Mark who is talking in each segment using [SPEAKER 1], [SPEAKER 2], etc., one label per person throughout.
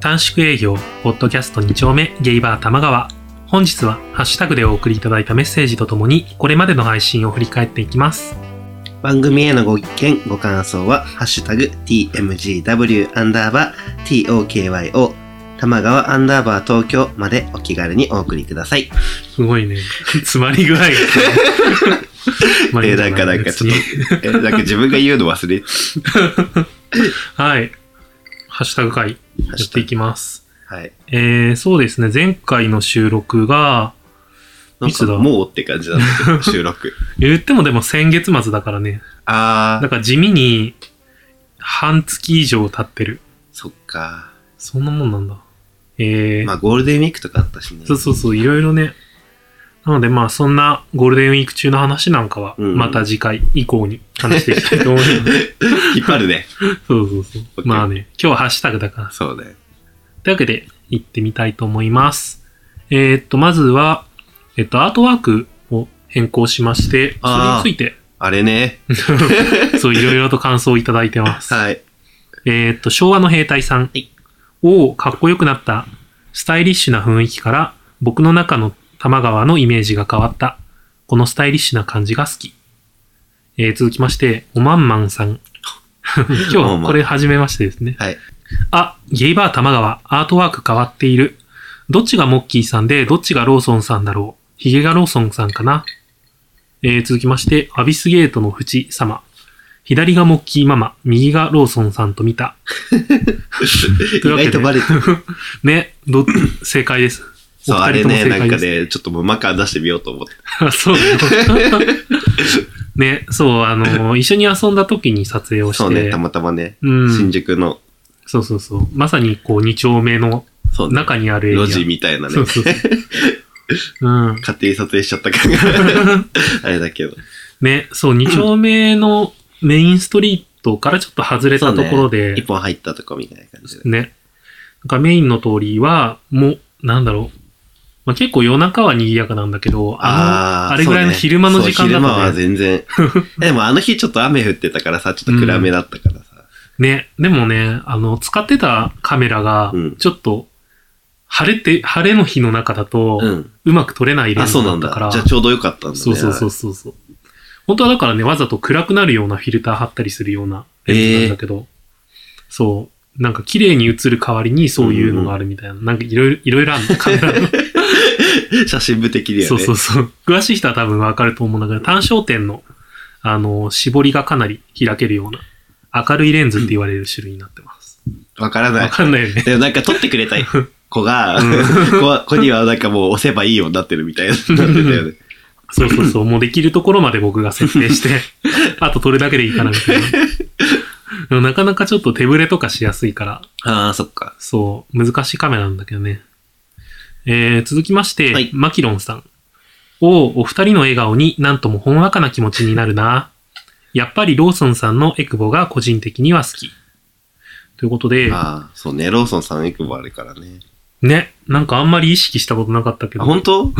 [SPEAKER 1] 短縮営業、ポッドキャスト2丁目、ゲイバー玉川。本日は、ハッシュタグでお送りいただいたメッセージとともに、これまでの配信を振り返っていきます。
[SPEAKER 2] 番組へのご意見、ご感想は、ハッシュタグ、tmgw アンダーバー、tokyo、玉川アンダーバー東京までお気軽にお送りください。
[SPEAKER 1] すごいね。 詰まり具合が。まあいい
[SPEAKER 2] えー、
[SPEAKER 1] じゃ
[SPEAKER 2] ないんかなんかちょっ
[SPEAKER 1] 別に
[SPEAKER 2] と、えー、なんか自分が言うの忘れ、
[SPEAKER 1] はい。ハッシュタグ会、やっていきます。
[SPEAKER 2] はい。
[SPEAKER 1] えー、そうですね。前回の収録が、
[SPEAKER 2] なん
[SPEAKER 1] いつ
[SPEAKER 2] か
[SPEAKER 1] だ
[SPEAKER 2] もうって感じだったけど、収録。
[SPEAKER 1] 言ってもでも先月末だからね。
[SPEAKER 2] あ
[SPEAKER 1] だ
[SPEAKER 2] ー、
[SPEAKER 1] から地味に、半月以上経ってる。
[SPEAKER 2] そっか。
[SPEAKER 1] そんなもんなんだ。えー、
[SPEAKER 2] まあゴールデンウィークとかあったしね。
[SPEAKER 1] そうそうそう、いろいろね。なのでまあそんなゴールデンウィーク中の話なんかは、
[SPEAKER 2] うん
[SPEAKER 1] また次回以降に話していきたいと思います。
[SPEAKER 2] 引っ張るね。
[SPEAKER 1] そうそうそう。
[SPEAKER 2] OK
[SPEAKER 1] まあね、今日はハッシュタグだから。
[SPEAKER 2] そうね。
[SPEAKER 1] というわけで、行ってみたいと思います。えーっと、まずは、えっと、アートワークを変更しまして、それ
[SPEAKER 2] あー
[SPEAKER 1] について、
[SPEAKER 2] あれね。
[SPEAKER 1] そう、いろいろと感想をいただいてます。
[SPEAKER 2] はい。
[SPEAKER 1] えーっと、昭和の兵隊さん
[SPEAKER 2] い
[SPEAKER 1] をかっこよくなった、スタイリッシュな雰囲気から、僕の中の玉川のイメージが変わった。このスタイリッシュな感じが好き。えー続きまして、おまんまんさ ん。
[SPEAKER 2] おま
[SPEAKER 1] 今
[SPEAKER 2] ん
[SPEAKER 1] 日、
[SPEAKER 2] まん
[SPEAKER 1] これ初めましてですね。
[SPEAKER 2] はい。
[SPEAKER 1] あ、ゲイバー玉川、アートワーク変わっている。どっちがモッキーさんで、どっちがローソンさんだろう。ヒゲがローソンさんかな。えー続きまして、アビスゲートの淵様。左がモッキーママ、右がローソンさんと見た。
[SPEAKER 2] 意
[SPEAKER 1] というわけで
[SPEAKER 2] 外とバレてる。
[SPEAKER 1] ね、ど、正解です。
[SPEAKER 2] そう、
[SPEAKER 1] お
[SPEAKER 2] あ
[SPEAKER 1] 二
[SPEAKER 2] れ
[SPEAKER 1] 人とも
[SPEAKER 2] ね、
[SPEAKER 1] 正
[SPEAKER 2] なん
[SPEAKER 1] 解
[SPEAKER 2] か
[SPEAKER 1] です。
[SPEAKER 2] ね、ちょっともうマカ出してみようと思って。
[SPEAKER 1] あそう。 ね、そう、あ の、一緒に遊んだ時に撮影をして。
[SPEAKER 2] そうね、たまたまね。
[SPEAKER 1] うん。
[SPEAKER 2] 新宿の、
[SPEAKER 1] そうそうそう。まさに、こう、二丁目の
[SPEAKER 2] そうね、
[SPEAKER 1] 中にあるエリア。
[SPEAKER 2] 路地みたいなね
[SPEAKER 1] そ。うそうそう。うん。
[SPEAKER 2] 勝手に撮影しちゃった感が あれだけど。
[SPEAKER 1] ね、そう、二丁目のメインストリートからちょっと外れたところで、
[SPEAKER 2] 一本入ったとこみたいな感じで。
[SPEAKER 1] ね。なんかメインの通りは、もう、なんだろう。まあ、結構夜中は賑やかなんだけど、あの、あ
[SPEAKER 2] ー
[SPEAKER 1] れぐらいの
[SPEAKER 2] そうね
[SPEAKER 1] 昼間の時間だ
[SPEAKER 2] そう昼間は
[SPEAKER 1] とね。
[SPEAKER 2] 全然。でもあの日ちょっと雨降ってたからさ、ちょっと暗めだったからさ。
[SPEAKER 1] ね、でもね、あの、使ってたカメラが
[SPEAKER 2] うん、
[SPEAKER 1] ちょっと、晴れて、晴れの日の中だと
[SPEAKER 2] う、ん。
[SPEAKER 1] うまく撮れないレン
[SPEAKER 2] あ、
[SPEAKER 1] ズ
[SPEAKER 2] そう
[SPEAKER 1] だ
[SPEAKER 2] な
[SPEAKER 1] っ
[SPEAKER 2] ん
[SPEAKER 1] た
[SPEAKER 2] だ
[SPEAKER 1] から、。
[SPEAKER 2] じゃあちょうどよかったんだね。
[SPEAKER 1] そうそうそうそうそう。本当はだからね、わざと暗くなるようなフィルター貼ったりするようなレンズなんだけど、そう、なんか綺麗に映る代わりにそういうのがあるみたいな、なんかいろいろ、いろいろあるの、カメラの。
[SPEAKER 2] 写真部的だよね。
[SPEAKER 1] そうそうそう。詳しい人は多分わかると思うんだけど、単焦点の、あの、絞りがかなり開けるような、明るいレンズって言われる種類になってます。
[SPEAKER 2] わからな
[SPEAKER 1] わ
[SPEAKER 2] い。
[SPEAKER 1] かんないよね。
[SPEAKER 2] でもなんか撮ってく れた子が、子子にはなんかもう押せばいいようになってるみたいな、なってたよね。
[SPEAKER 1] そうそうそう。もうできるところまで僕が設定 して、あと撮るだけでいいかなみたいな。でもなかなかちょっと手ぶれとかしやすいから、
[SPEAKER 2] ああ、そっか。
[SPEAKER 1] そう、難しいカメラなんだけどね。えー、続きまして、
[SPEAKER 2] はい
[SPEAKER 1] マキロンさん。おお二人の笑顔になんともほんわかな気持ちになるな。 やっぱりローソンさんのエクボが個人的には好き。ということで、
[SPEAKER 2] ああ、そうね。ローソンさんエクボあるからね。
[SPEAKER 1] ね、なんかあんまり意識したことなかったけど、
[SPEAKER 2] あ、本当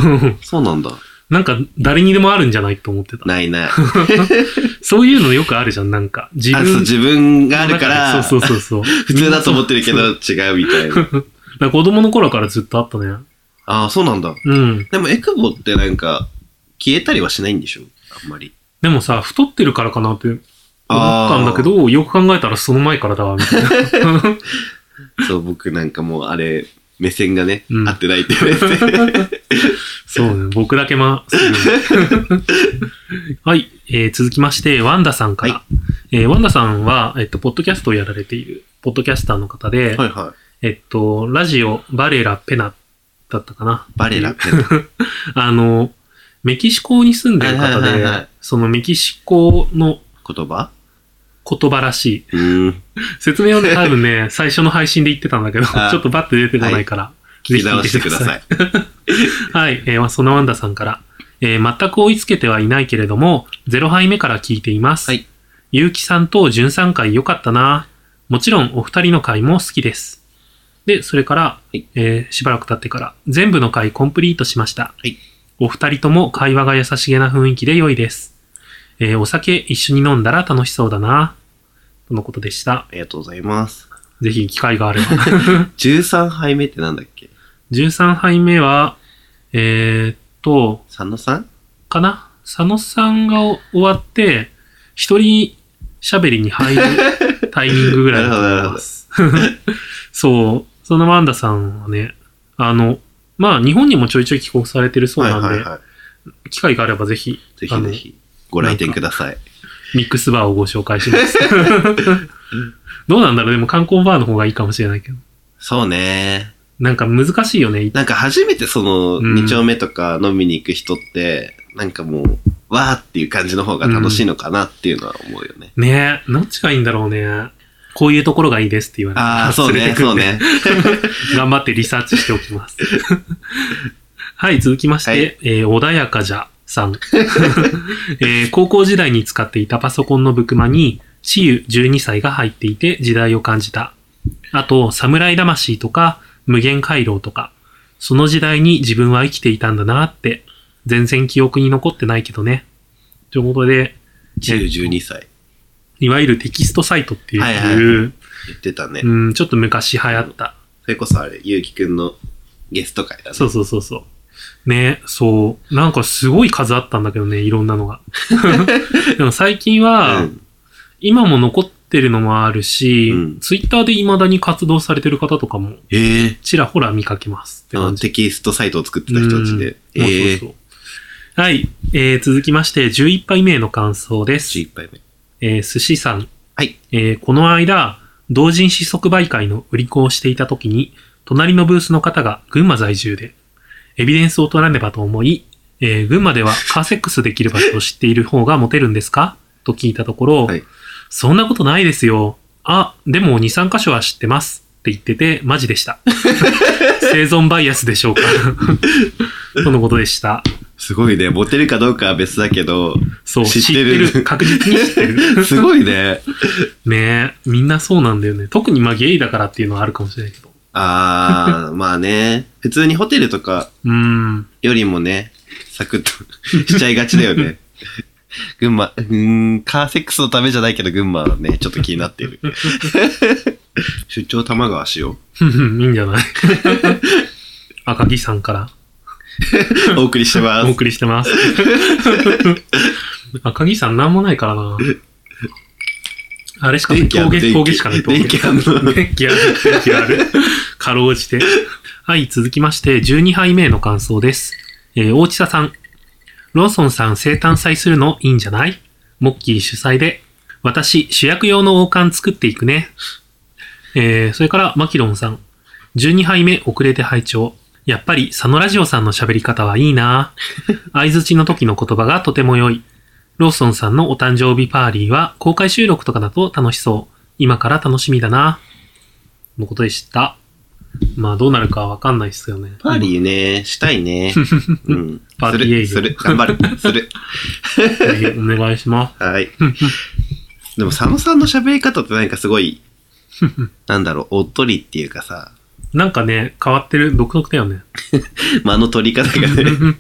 [SPEAKER 2] そうなんだ。
[SPEAKER 1] なんか誰にでもあるんじゃないと思ってた。
[SPEAKER 2] ないない。
[SPEAKER 1] そういうのよくあるじゃん、なんか。自
[SPEAKER 2] あそう
[SPEAKER 1] 分
[SPEAKER 2] 自分があるから、
[SPEAKER 1] そうそうそうそう。
[SPEAKER 2] 普通だと思ってるけど違うみたい な。
[SPEAKER 1] だから子供の頃からずっとあったね。
[SPEAKER 2] ああ、そうなんだ。
[SPEAKER 1] うん。
[SPEAKER 2] でもエクボってなんか、消えたりはしないんでしょあんまり。
[SPEAKER 1] でもさ、太ってるからかなって思っ
[SPEAKER 2] あー
[SPEAKER 1] たんだけど、よく考えたらその前からだわ、みたいな。
[SPEAKER 2] そう、僕なんかもうあれ、目線がね、
[SPEAKER 1] うん
[SPEAKER 2] 合ってないって言わ れて。
[SPEAKER 1] そうね、僕だけま、そうねはい、えー続きまして、ワンダさんから。
[SPEAKER 2] は
[SPEAKER 1] えーワンダさんは、えっと、ポッドキャストをやられている、ポッドキャスターの方で、
[SPEAKER 2] はいは
[SPEAKER 1] えっと、ラジオ、バレラ・ペナだったかな。
[SPEAKER 2] い。バレラって。
[SPEAKER 1] あの、メキシコに住んでる方
[SPEAKER 2] はいはい
[SPEAKER 1] で
[SPEAKER 2] はいはい、
[SPEAKER 1] そのメキシコの
[SPEAKER 2] 言葉
[SPEAKER 1] 言葉らしい、
[SPEAKER 2] うーん。
[SPEAKER 1] 説明をね、多分ね、最初の配信で言ってたんだけど、ち
[SPEAKER 2] あ
[SPEAKER 1] ょっとバッて出てこないから、
[SPEAKER 2] 聞き直してください。
[SPEAKER 1] はい、えー、そのワンダさんから、えー全く追いつけてはいないけれども、0杯目から聞いています。
[SPEAKER 2] はい。
[SPEAKER 1] ゆうきさんとじゅんさん会良かったな。もちろんお二人の会も好きです。で、それから、
[SPEAKER 2] い
[SPEAKER 1] えーしばらく経ってから、全部の会コンプリートしました。
[SPEAKER 2] はい
[SPEAKER 1] お二人とも会話が優しげな雰囲気で良いです。えーお酒一緒に飲んだら楽しそうだな。とのことでした。
[SPEAKER 2] ありがとうございます。
[SPEAKER 1] ぜひ機会があれば。
[SPEAKER 2] 13杯目ってなんだっけ
[SPEAKER 1] 13杯目は、えーっと、
[SPEAKER 2] 佐野さん
[SPEAKER 1] かな佐野さんが終わって、一人喋りに入るタイミングぐ らいだと思います。 そう。そのマンダさんはね、あの、まあ、日本にもちょいちょい帰国されてるそうなんで、
[SPEAKER 2] はいはいは
[SPEAKER 1] 機会があればぜひ、
[SPEAKER 2] い。ぜひぜひご来店ください。
[SPEAKER 1] ミックスバーをご紹介します。 どうなんだろうでも観光バーの方がいいかもしれないけど。
[SPEAKER 2] そうね。
[SPEAKER 1] なんか難しいよね。
[SPEAKER 2] なんか初めてその
[SPEAKER 1] うん
[SPEAKER 2] 2丁目とか飲みに行く人って、なんかもう、わーっていう感じの方が楽しいのかなっていうのは思うよね。
[SPEAKER 1] ねえ、どっちがいいんだろうね。こういうところがいいですって言われて。
[SPEAKER 2] ああ、そう
[SPEAKER 1] 連
[SPEAKER 2] ね
[SPEAKER 1] れ、てく
[SPEAKER 2] そ
[SPEAKER 1] ん
[SPEAKER 2] う
[SPEAKER 1] で
[SPEAKER 2] ね。
[SPEAKER 1] 頑張ってリサーチしておきます。 はい、続きまして、
[SPEAKER 2] はい
[SPEAKER 1] えー穏やかじゃさん、 えー高校時代に使っていたパソコンのブクマに、私有12歳が入っていて時代を感じた。あと、侍魂とか、無限回廊とか、その時代に自分は生きていたんだなって、全然記憶に残ってないけどね。ということで、
[SPEAKER 2] 10、12歳。
[SPEAKER 1] いわゆるテキストサイトっていう、
[SPEAKER 2] はいはい言ってたね。
[SPEAKER 1] うん、ちょっと昔流行った
[SPEAKER 2] それこそあれ、ゆうきくんのゲスト会だね。
[SPEAKER 1] そうそうそうそう。ね、そう。なんかすごい数あったんだけどね、いろんなのが。 でも最近は、
[SPEAKER 2] うん
[SPEAKER 1] 今も残ってるのもあるし、
[SPEAKER 2] うん
[SPEAKER 1] ツイッターで未だに活動されてる方とかも
[SPEAKER 2] ええ
[SPEAKER 1] ちらほら見かけますって
[SPEAKER 2] あの
[SPEAKER 1] 感じ。
[SPEAKER 2] テキストサイトを作ってた人たちで。
[SPEAKER 1] うん
[SPEAKER 2] ええ
[SPEAKER 1] そうそうそうはい、えー続きまして、11杯目の感想です。
[SPEAKER 2] 11杯目。
[SPEAKER 1] えー寿司さん。
[SPEAKER 2] はい
[SPEAKER 1] えーこの間、同人誌即売会の売り子をしていた時に、隣のブースの方が群馬在住で、エビデンスを取らねばと思い、えー群馬ではカーセックスできる場所を知っている方がモテるんですかと聞いたところ、
[SPEAKER 2] はい
[SPEAKER 1] そんなことないですよ。あ、でも2、3箇所は知ってます。って言ってて、マジで した。生存バイアスでしょうかとのことでした。
[SPEAKER 2] すごいね。モテるかどうかは別だけど、
[SPEAKER 1] そう、
[SPEAKER 2] 知ってる
[SPEAKER 1] 知ってる確実に知ってる。
[SPEAKER 2] すごいね。
[SPEAKER 1] ねえ、みんなそうなんだよね。特にまあゲイだからっていうのはあるかもしれないけど。
[SPEAKER 2] あー、まあね。普通にホテルとか
[SPEAKER 1] うーん。
[SPEAKER 2] よりもね、サクッと しちゃいがちだよ ね。群馬、うーん、カーセックスのためじゃないけど群馬はね、ちょっと気になって いる。出張玉川しよ
[SPEAKER 1] ふんふんいいんじゃない 赤木さんから
[SPEAKER 2] う。お送りしてま
[SPEAKER 1] お
[SPEAKER 2] す。
[SPEAKER 1] 送りしてます。 赤木さんなんもないからな。あれしかない。
[SPEAKER 2] 電気ある
[SPEAKER 1] 峠、
[SPEAKER 2] 電気
[SPEAKER 1] 峠しかない。
[SPEAKER 2] 電気あるの
[SPEAKER 1] 電気ある。電気ある。かろうじて。はい、続きまして、12杯目の感想です。えー大地田さん。ローソンさん生誕祭するのいいんじゃないモッキー主催で。私、主役用の王冠作っていくね。えーそれから、マキロンさん。12杯目遅れて拝聴。やっぱり、佐野ラジオさんの喋り方はいいな相づちの時の言葉がとても良い。ローソンさんのお誕生日パーリーは公開収録とかだと楽しそう。今から楽しみだな。のことでした。まあどうなるかわかんないですよね。
[SPEAKER 2] パーリーね、したい ね。うん。
[SPEAKER 1] パーティー営業
[SPEAKER 2] する、する。頑張る。する。
[SPEAKER 1] ー。お願いします。
[SPEAKER 2] はい。でも佐野さんの喋り方ってなんかすごい、なんだろう、おっとりっていうかさ、
[SPEAKER 1] なんかね、変わってる、独特だよね。
[SPEAKER 2] 間の取り方がね、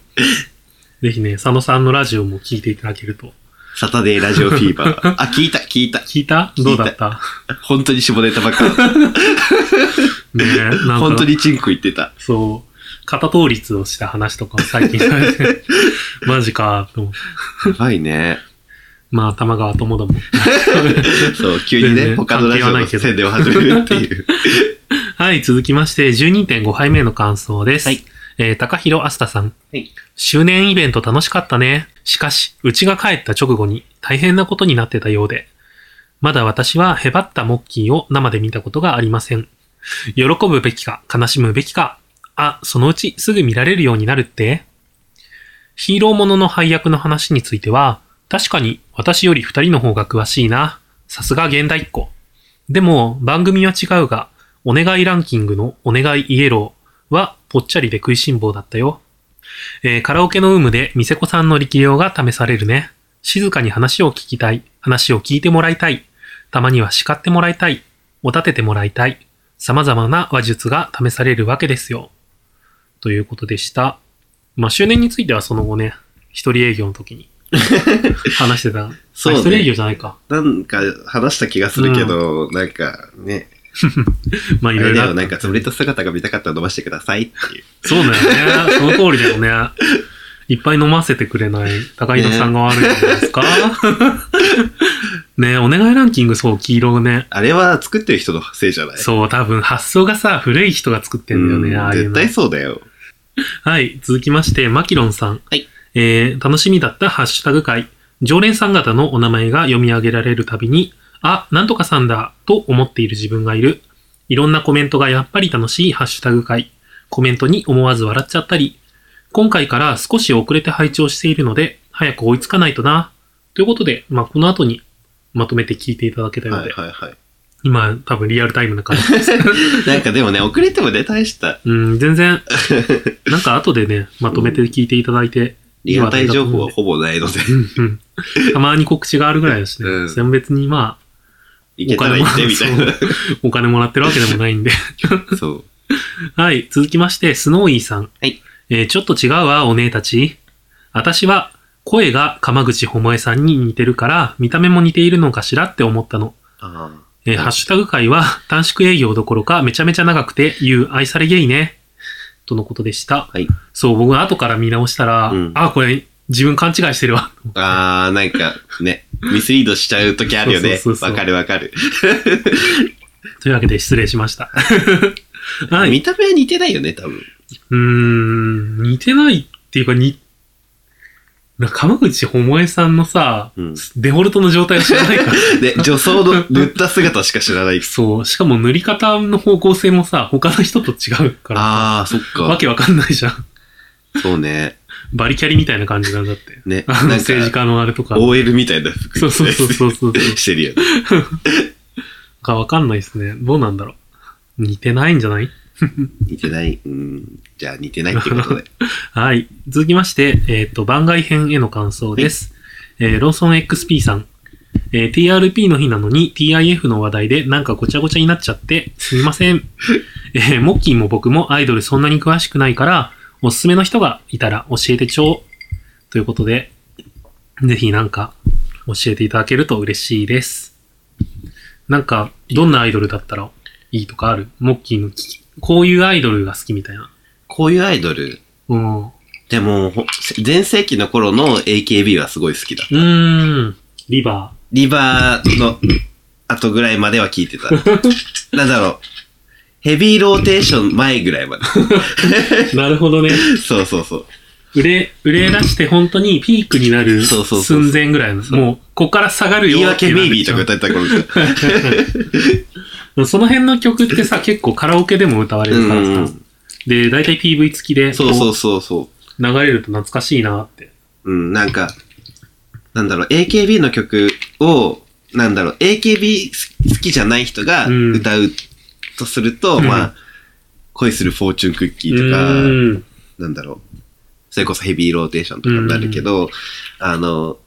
[SPEAKER 1] ぜひね、佐野さんのラジオも聞いていただけると。
[SPEAKER 2] サタデーラジオフィーバー。あ、聞いた、聞いた。
[SPEAKER 1] 聞いた
[SPEAKER 2] いた
[SPEAKER 1] どうだった
[SPEAKER 2] 本当に下ネタばっかだった。
[SPEAKER 1] ねえなんか
[SPEAKER 2] 本当にチンコ言ってた。
[SPEAKER 1] そう、肩倒立をした話とかを最近されて、マジかと思って。
[SPEAKER 2] やばいね。
[SPEAKER 1] まあ、玉川ともども。
[SPEAKER 2] そう、急
[SPEAKER 1] 全
[SPEAKER 2] にね、
[SPEAKER 1] 然
[SPEAKER 2] 他のラジオの宣伝を始めるっていう。
[SPEAKER 1] はい、続きまして、12.5杯目の感想です。
[SPEAKER 2] はい
[SPEAKER 1] えー、高弘あすたさん。
[SPEAKER 2] はい
[SPEAKER 1] 周年イベント楽しかったね。しかし、うちが帰った直後に大変なことになってたようで。まだ私はへばったモッキーを生で見たことがありません。喜ぶべきか、悲しむべきか。あ、そのうちすぐ見られるようになるってヒーローものの配役の話については、確かに私より二人の方が詳しいな。さすが現代っ子。でも、番組は違うが、お願いランキングのお願いイエローはぽっちゃりで食いしん坊だったよ。えーカラオケの有無で店子さんの力量が試されるね。静かに話を聞きたい。話を聞いてもらいたい。たまには叱ってもらいたい。お立ててもらいたい。様々な話術が試されるわけですよ。ということでした。まあ、周年についてはその後ね、一人営業の時に話してた。
[SPEAKER 2] そうね
[SPEAKER 1] あ一人営業じゃないか。
[SPEAKER 2] なんか話した気がするけど、なんかね、
[SPEAKER 1] まあ
[SPEAKER 2] あ
[SPEAKER 1] いろ
[SPEAKER 2] れ
[SPEAKER 1] いろ
[SPEAKER 2] だ
[SPEAKER 1] あ
[SPEAKER 2] よ、
[SPEAKER 1] っ
[SPEAKER 2] なんか潰れた姿が見たかったら飲ませてくださいっていう。
[SPEAKER 1] そうだよね。その通りだよね。いっぱい飲ませてくれない高井田さんが悪いんじゃないですかねえ、お願いランキングそう、黄色ね。
[SPEAKER 2] あれは作ってる人のせいじゃない
[SPEAKER 1] そう、多分発想がさ、古い人が作ってんだよね、
[SPEAKER 2] うん
[SPEAKER 1] ああいう
[SPEAKER 2] 絶
[SPEAKER 1] の
[SPEAKER 2] 対そうだよ。
[SPEAKER 1] はい、続きまして、マキロンさん。
[SPEAKER 2] はい
[SPEAKER 1] えー楽しみだったハッシュタグ会。常連さん方のお名前が読み上げられるたびに、あ、なんとかさんだ、と思っている自分がいる。いろんなコメントがやっぱり楽しいハッシュタグ会。コメントに思わず笑っちゃったり。今回から少し遅れて拝聴しているので、早く追いつかないとな。ということで、まあ、この後にまとめて聞いていただけたよう
[SPEAKER 2] はい
[SPEAKER 1] で、
[SPEAKER 2] はいはい。
[SPEAKER 1] 今多分リアルタイムな感じです。
[SPEAKER 2] なんかでもね、遅れてもね、大した。
[SPEAKER 1] うん、全 然、なんか後でね、まとめて聞いていただいて、
[SPEAKER 2] ありがたい情報はほぼないの で、
[SPEAKER 1] うんうんたまに告知があるぐらいだしね。
[SPEAKER 2] うん
[SPEAKER 1] 選別にま
[SPEAKER 2] いけたら行ってみたいな。
[SPEAKER 1] あ、お金もらってるわけでもないんで。
[SPEAKER 2] そう。
[SPEAKER 1] はい、続きまして、スノーイーさん。
[SPEAKER 2] はい
[SPEAKER 1] えーちょっと違うわ、お姉たち。私は、声が鎌口萌えさんに似てるから、見た目も似ているのかしらって思ったの。
[SPEAKER 2] あ
[SPEAKER 1] えーハッシュタグ会は短縮営業どころかめちゃめちゃ長くて、言う愛されゲイね。とのことでした。
[SPEAKER 2] はい
[SPEAKER 1] そう、僕後から見直したら、
[SPEAKER 2] うん
[SPEAKER 1] あ、これ自分勘違いしてるわ。
[SPEAKER 2] ーあー、なんかね、ミスリードしちゃう時あるよね
[SPEAKER 1] そうそう。そうそう
[SPEAKER 2] わかるわかる。
[SPEAKER 1] というわけで失礼しました。 はい。
[SPEAKER 2] 見た目は似てないよね、多分。
[SPEAKER 1] うーん、似てないっていうか、に、な鎌口百恵さんのさ、
[SPEAKER 2] うん
[SPEAKER 1] デフォルトの状態を知らない から。
[SPEAKER 2] で、女装の塗った姿しか知らない。
[SPEAKER 1] そう、しかも塗り方の方向性もさ、他の人と違うから、
[SPEAKER 2] ああ、そっ
[SPEAKER 1] わ
[SPEAKER 2] か。
[SPEAKER 1] けわかんないじゃん。
[SPEAKER 2] そうね。
[SPEAKER 1] バリキャリみたいな感じなんだって。
[SPEAKER 2] ね。
[SPEAKER 1] あの
[SPEAKER 2] なん
[SPEAKER 1] 政治
[SPEAKER 2] か、
[SPEAKER 1] 家のあれとか。
[SPEAKER 2] OL みたいな服
[SPEAKER 1] そうそうそうそうそう。
[SPEAKER 2] してるよね。
[SPEAKER 1] かわかんないですね。どうなんだろう。似てないんじゃない
[SPEAKER 2] 似てない。うん。じゃあ似てないってこと で。
[SPEAKER 1] はい。続きまして、えっ、と、番外編への感想です。えーローソン XP さん。えー TRP の日なのに TIF の話題でなんかごちゃごちゃになっちゃって、すみません。 えーモッキーも僕もアイドルそんなに詳しくないから、おすすめの人がいたら教えてちょう。ということで、ぜひなんか教えていただけると嬉しいです。なんか、どんなアイドルだったらいいとかあるモッキーの聞きこういうアイドルが好きみたいな。
[SPEAKER 2] こういうアイドル、
[SPEAKER 1] うん。
[SPEAKER 2] でも、ほ前世紀の頃の AKB はすごい好きだ。
[SPEAKER 1] うーん。リバ
[SPEAKER 2] リバーの後ぐらいまでは聞いてた。 なんだろう。ヘビーローテーション前ぐらい まで。
[SPEAKER 1] ー。なるほどね。
[SPEAKER 2] そうそうそう。
[SPEAKER 1] 売れ、売れ出して本当にピークになる
[SPEAKER 2] そうそうそう
[SPEAKER 1] 寸前ぐらいの。もう、ここから下がるよ
[SPEAKER 2] 言い訳メイビーとか
[SPEAKER 1] って
[SPEAKER 2] 歌ってた頃とか。
[SPEAKER 1] なっちゃうその辺の曲ってさ、結構カラオケでも歌われ
[SPEAKER 2] う
[SPEAKER 1] るからさ。
[SPEAKER 2] ん。
[SPEAKER 1] で、大体 PV 付きで、
[SPEAKER 2] そうそ
[SPEAKER 1] こ
[SPEAKER 2] うそうそう
[SPEAKER 1] 流れると懐かしいなって。
[SPEAKER 2] う。うん、なんか、なんだろう、AKB の曲を、なんだろう、AKB 好きじゃない人が
[SPEAKER 1] うん
[SPEAKER 2] 歌うとすると、
[SPEAKER 1] うん
[SPEAKER 2] まあ、恋するフォーチュンクッキ
[SPEAKER 1] う
[SPEAKER 2] ーとか、
[SPEAKER 1] ーん。
[SPEAKER 2] なんだろう、それこそヘビーローテーションとかになるけど、あの、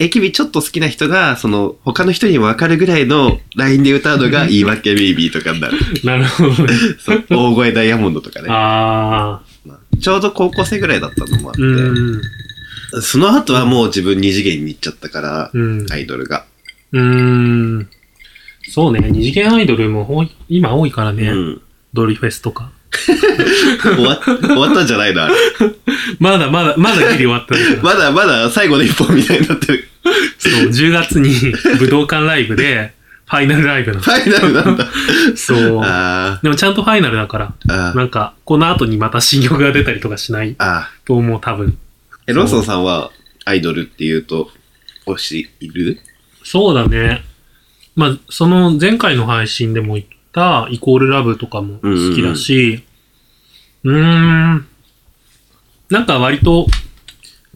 [SPEAKER 2] AKB ちょっと好きな人が、その、他の人にもわかるぐらいのラインで歌うのが、言い訳ベイビーとかになる。
[SPEAKER 1] なるほどね。
[SPEAKER 2] そう大声ダイヤモンドとかね。
[SPEAKER 1] あ
[SPEAKER 2] まあちょうど高校生ぐらいだったのもあっ
[SPEAKER 1] ー。う
[SPEAKER 2] て、
[SPEAKER 1] ーん。
[SPEAKER 2] その後はもう自分二次元に行っちゃったから、
[SPEAKER 1] うん。
[SPEAKER 2] アイドルが。
[SPEAKER 1] うーん。そうね。二次元アイドルも多い今多いから
[SPEAKER 2] う
[SPEAKER 1] ね。
[SPEAKER 2] ん。
[SPEAKER 1] ドリフェスとか。
[SPEAKER 2] 終わっ終わったんじゃないな。
[SPEAKER 1] まだまだ、まだギリ終わったんだけど。
[SPEAKER 2] まだまだ最後の一本みたいになってる。
[SPEAKER 1] そう、10月に 武道館ライブで、ファイナルライブな
[SPEAKER 2] ファイナルなんだ。
[SPEAKER 1] の。そう。
[SPEAKER 2] あ
[SPEAKER 1] でもちゃんとファイナルだから、
[SPEAKER 2] ーあー、
[SPEAKER 1] なんか、この後にまた新曲が出たりとかしない
[SPEAKER 2] あー。
[SPEAKER 1] と思う、多分。
[SPEAKER 2] え、ローソンさんはアイドルっていうと、推している
[SPEAKER 1] そうだね。まあ、その前回の配信でも言った、イコールラブとかも好きだし、うーん。なんか割と、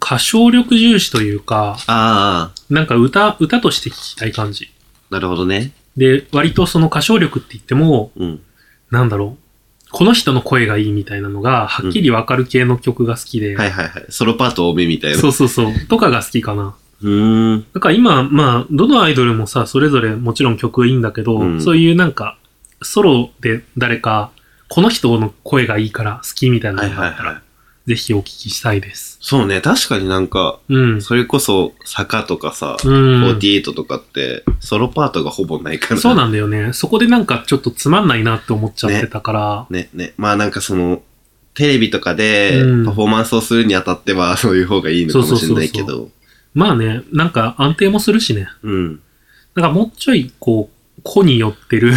[SPEAKER 1] 歌唱力重視というか、
[SPEAKER 2] ああ、
[SPEAKER 1] なんか歌、歌として聞きたい感じ。
[SPEAKER 2] なるほどね。
[SPEAKER 1] で、割とその歌唱力って言っても、
[SPEAKER 2] うん。
[SPEAKER 1] なんだろう。この人の声がいいみたいなのが、はっきりわかる系の曲が好きで。
[SPEAKER 2] はいはいはい。ソロパート多めみたいな。。
[SPEAKER 1] そううそうそう。とかが好きかな。
[SPEAKER 2] うーん。
[SPEAKER 1] だから今、まあ、どのアイドルもさ、それぞれもちろん曲いいんだけど、
[SPEAKER 2] うん
[SPEAKER 1] そういうなんか、ソロで誰か、この人の声がいいから好きみたいな
[SPEAKER 2] はい
[SPEAKER 1] のが
[SPEAKER 2] は
[SPEAKER 1] あ
[SPEAKER 2] い
[SPEAKER 1] ったら、
[SPEAKER 2] は
[SPEAKER 1] ぜひお聞きしたいです。
[SPEAKER 2] そうね、確かになんか、
[SPEAKER 1] うん。
[SPEAKER 2] それこそ、坂とかさ、
[SPEAKER 1] うん。
[SPEAKER 2] 48とかって、ソロパートがほぼないから。
[SPEAKER 1] そうなんだよね。そこでなんかちょっとつまんないなって思っちゃってたから。
[SPEAKER 2] ね、ね。まあなんかその、テレビとかで
[SPEAKER 1] うん
[SPEAKER 2] パフォーマンスをするにあたっては、 そういう方がいいのかもしれないけ
[SPEAKER 1] そう
[SPEAKER 2] ど。
[SPEAKER 1] まあね、なんか安定もするしね。
[SPEAKER 2] うん。
[SPEAKER 1] なんかもうちょい、こう、個に寄ってる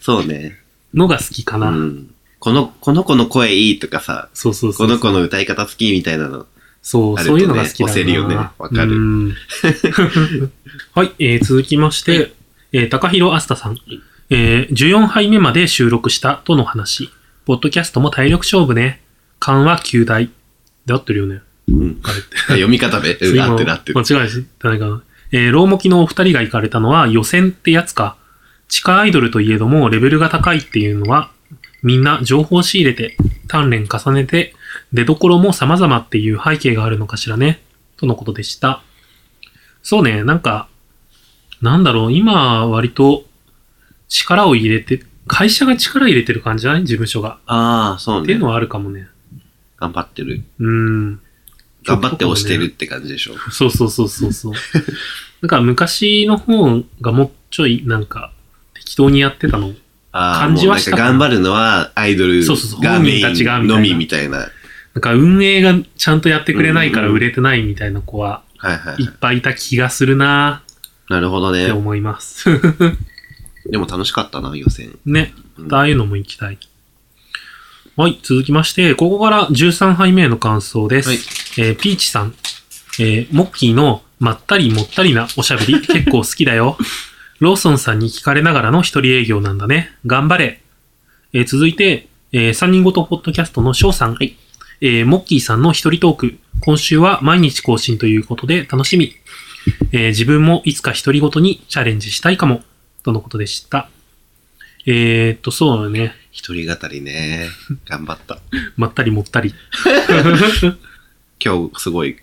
[SPEAKER 2] そうね。
[SPEAKER 1] のが好きか
[SPEAKER 2] う
[SPEAKER 1] な。
[SPEAKER 2] ん。この、この子の声いいとかさ、
[SPEAKER 1] そうそうそ
[SPEAKER 2] こ
[SPEAKER 1] う。
[SPEAKER 2] の子の歌い方好きみたいなの。
[SPEAKER 1] そう、
[SPEAKER 2] あると
[SPEAKER 1] そう
[SPEAKER 2] ね
[SPEAKER 1] いうのが好きなんだな。
[SPEAKER 2] 押せるよねわかる
[SPEAKER 1] うんはい、えー続きまして、えー高弘あすたさん。えー14杯目まで収録したとの話。ポッドキャストも体力勝負ね。勘は9大。で合ってるよね。
[SPEAKER 2] うん。
[SPEAKER 1] あれって。
[SPEAKER 2] 読み方で、うん、合ってる合ってる。
[SPEAKER 1] 間違いしてないかな。えー、ローモキのお二人が行かれたのは予選ってやつか。地下アイドルといえどもレベルが高いっていうのは、みんな情報を仕入れて、鍛錬重ねて、出所も様々っていう背景があるのかしらね。とのことでした。そうね、なんか、なんだろう、今割と力を入れて、会社が力入れてる感じじゃない事務所が。
[SPEAKER 2] ああ、そう
[SPEAKER 1] ってい
[SPEAKER 2] ね
[SPEAKER 1] う。のはあるかもね。
[SPEAKER 2] 頑張ってる。
[SPEAKER 1] うん。
[SPEAKER 2] 頑張って押してるって感じでしょ。
[SPEAKER 1] そうそうそうそうそう。なんか昔の方がもうちょいなんか適当にやってたの。
[SPEAKER 2] ああ、
[SPEAKER 1] 感じはした
[SPEAKER 2] もうなんか頑張るのはアイドル
[SPEAKER 1] そうそうそう
[SPEAKER 2] が
[SPEAKER 1] 本
[SPEAKER 2] メイ
[SPEAKER 1] 人たちが
[SPEAKER 2] ン
[SPEAKER 1] みたい
[SPEAKER 2] の
[SPEAKER 1] な
[SPEAKER 2] みみたいな。はい
[SPEAKER 1] なんか運営がちゃんとやってくれないから
[SPEAKER 2] うん
[SPEAKER 1] 売れてないみたいな子は
[SPEAKER 2] はいはい
[SPEAKER 1] い。っぱいいた気がするな
[SPEAKER 2] なるほど
[SPEAKER 1] ーって
[SPEAKER 2] ね。
[SPEAKER 1] 思います。
[SPEAKER 2] でも楽しかったな、予選。
[SPEAKER 1] ね。
[SPEAKER 2] う
[SPEAKER 1] ま
[SPEAKER 2] ん
[SPEAKER 1] たああいうのも行きたい。はい、続きまして、ここから13杯目の感想です。
[SPEAKER 2] はい
[SPEAKER 1] えーピーチさん。えーモッキーのまったりもったりなおしゃ べり結構好きだよ。ローソンさんに聞かれながらの一人営業なんだね。頑張れ。えー続いて、え3人ごとポッドキャストの翔さん。
[SPEAKER 2] はい
[SPEAKER 1] えーモッキーさんの一人トーク。今週は毎日更新ということで楽しみ。えー自分もいつか一人ごとにチャレンジしたいかも。とのことでした。えー、っと、そうだね。
[SPEAKER 2] 一人語りね。頑張った。
[SPEAKER 1] まったりもった り。
[SPEAKER 2] 今日すごい、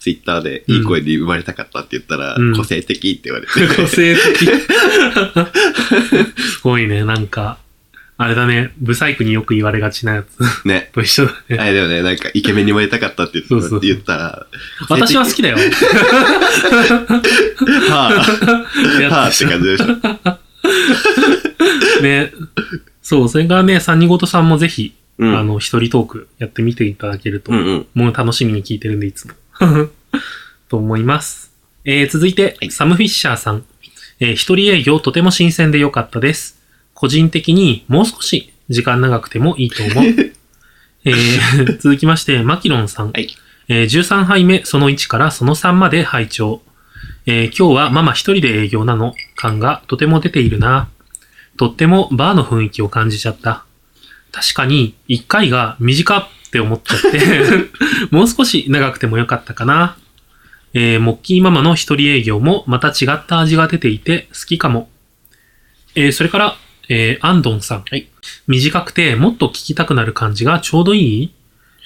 [SPEAKER 2] ツイッターでいい声で生まれたかったって言ったら、
[SPEAKER 1] うん
[SPEAKER 2] 個性的って言われて。
[SPEAKER 1] 個性的。すごいね、なんか、あれだね、ブサイクによく言われがちなやつ
[SPEAKER 2] ね。
[SPEAKER 1] と一緒だ ね。
[SPEAKER 2] あれだよね、なんかイケメンに生まれたかったって言った
[SPEAKER 1] そうそうそう
[SPEAKER 2] 言ったら、
[SPEAKER 1] 私は好き だよ。
[SPEAKER 2] はぁ、は
[SPEAKER 1] や
[SPEAKER 2] ぁ
[SPEAKER 1] つ
[SPEAKER 2] って感じでしょ。
[SPEAKER 1] ね。そう、それからね、三人ごとさんもぜひ、
[SPEAKER 2] うん。
[SPEAKER 1] あの、一人トークやってみていただけると、
[SPEAKER 2] うんうん。
[SPEAKER 1] もう楽しみに聞いてるんで、い つも。と思います。えー続いて、
[SPEAKER 2] はい
[SPEAKER 1] サム・フィッシャーさん。えー一人営業とても新鮮で良かったです。個人的にもう少し時間長くてもいいと思 う。えー 続きまして、マキロンさん。
[SPEAKER 2] はい
[SPEAKER 1] えー13杯目、その1からその3まで拝聴。えー今日はママ一人で営業なの感がとても出ているな。とってもバーの雰囲気を感じちゃった。確かに、1回が短って思っちゃって、 もう少し長くてもよかったかな。えー、モッキーママの一人営業もまた違った味が出ていて好きかも。えー、それから、えー、アンドンさん。
[SPEAKER 2] はい
[SPEAKER 1] 短くてもっと聞きたくなる感じがちょうどいい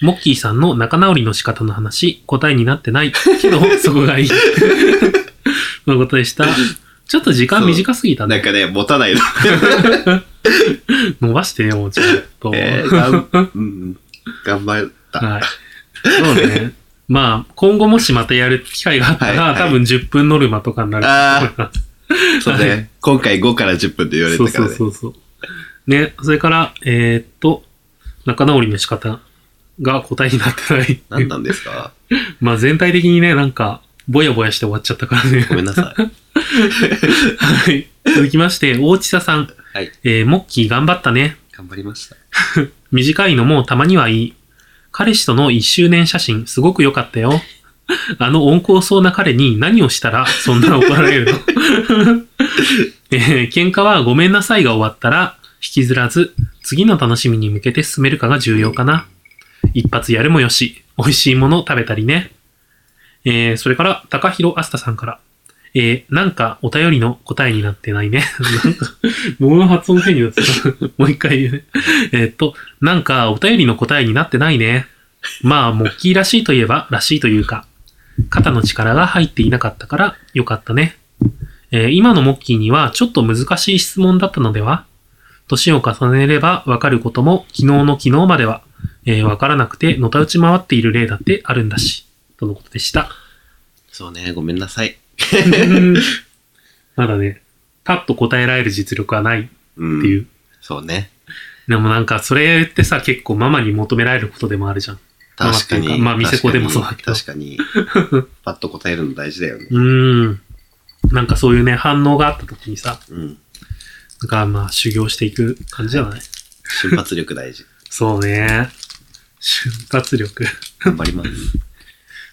[SPEAKER 1] モッキーさんの仲直りの仕方の話、答えになってないけど、そこ がいい。のことでした。ちょっと時間短すぎた
[SPEAKER 2] なん
[SPEAKER 1] ね。
[SPEAKER 2] かね、持たない の。
[SPEAKER 1] 伸ばしてよ、もうちょっと。
[SPEAKER 2] え ーがんうん頑張った。
[SPEAKER 1] はい。そうね。まあ、今後もしまたやる機会があったら、
[SPEAKER 2] はいはい
[SPEAKER 1] 多分10分ノルマとかになると思います。
[SPEAKER 2] そうね。今回5から10分で言われ
[SPEAKER 1] そ
[SPEAKER 2] た
[SPEAKER 1] うそ
[SPEAKER 2] から
[SPEAKER 1] う
[SPEAKER 2] ね
[SPEAKER 1] そ。うそう。ね、それから、えーっと、仲直りの仕方が答えになってない。
[SPEAKER 2] 何なんですか
[SPEAKER 1] まあ全体的にね、なんか、ぼやぼやして終わっちゃったからね。
[SPEAKER 2] ごめんなさい。
[SPEAKER 1] はい。続きまして、大地田さん。
[SPEAKER 2] はい。
[SPEAKER 1] えー、モッキー頑張ったね。
[SPEAKER 2] 頑張りました。
[SPEAKER 1] 短いのもたまにはいい。彼氏との一周年写真、すごく良かったよ。あの温厚そうな彼に何をしたらそんな怒られるの、 えー喧嘩はごめんなさいが終わったら、引きずらず、次の楽しみに向けて進めるかが重要かな。一発やるもよし、美味しいもの食べたりね。えーそれから、高弘あすたさんから。えーなんかお便りの答えになってないね。 なんか、僕の発音変になってた。 もう一回言うね。えーっと、なんかお便りの答えになってないね。まあ、モッキーらしいといえば、らしいというか、肩の力が入っていなかったから、よかったね。えー今のモッキーにはちょっと難しい質問だったのでは年を重ねればわかることも、昨日の昨日までは、ええーわからなくて、のたうち回っている例だってあるんだし、とのことでした。
[SPEAKER 2] そうね、ごめんなさい。
[SPEAKER 1] まだね、パッと答えられる実力はないって
[SPEAKER 2] うん。
[SPEAKER 1] いう。
[SPEAKER 2] そうね。
[SPEAKER 1] でもなんか、それってさ、結構ママに求められることでもあるじゃん。
[SPEAKER 2] 確
[SPEAKER 1] ま
[SPEAKER 2] か
[SPEAKER 1] あ
[SPEAKER 2] に。
[SPEAKER 1] まあ店子でもそうだけど
[SPEAKER 2] 確かに。パッと答えるの大事だよね。
[SPEAKER 1] うーん。なんかそういうね、反応があった時にさ、
[SPEAKER 2] うん。
[SPEAKER 1] なんかまあ修行していく感じじゃない
[SPEAKER 2] 瞬発力大 事。
[SPEAKER 1] そうね。瞬発力。
[SPEAKER 2] 頑張ります。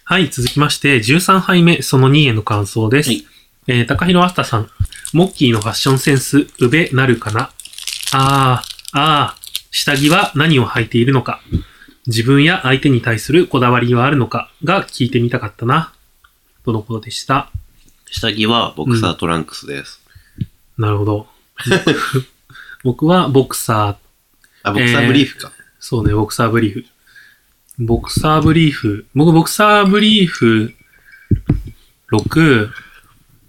[SPEAKER 1] はい、続きまして、13杯目、その2への感想です。
[SPEAKER 2] はい
[SPEAKER 1] えー、高弘あたさん。モッキーのファッションセンス、うべなるかなあー、あー、下着は何を履いているのか自分や相手に対するこだわりはあるのかが聞いてみたかったな。とのことでした。
[SPEAKER 2] 下着はボクサートランクスです。
[SPEAKER 1] なるほど。 僕はボクサー、
[SPEAKER 2] あ、ボクサーブリーフか。
[SPEAKER 1] そうね、ボクサーブリーフ。ボクサーブリーフ。僕、ボクサーブリーフ6、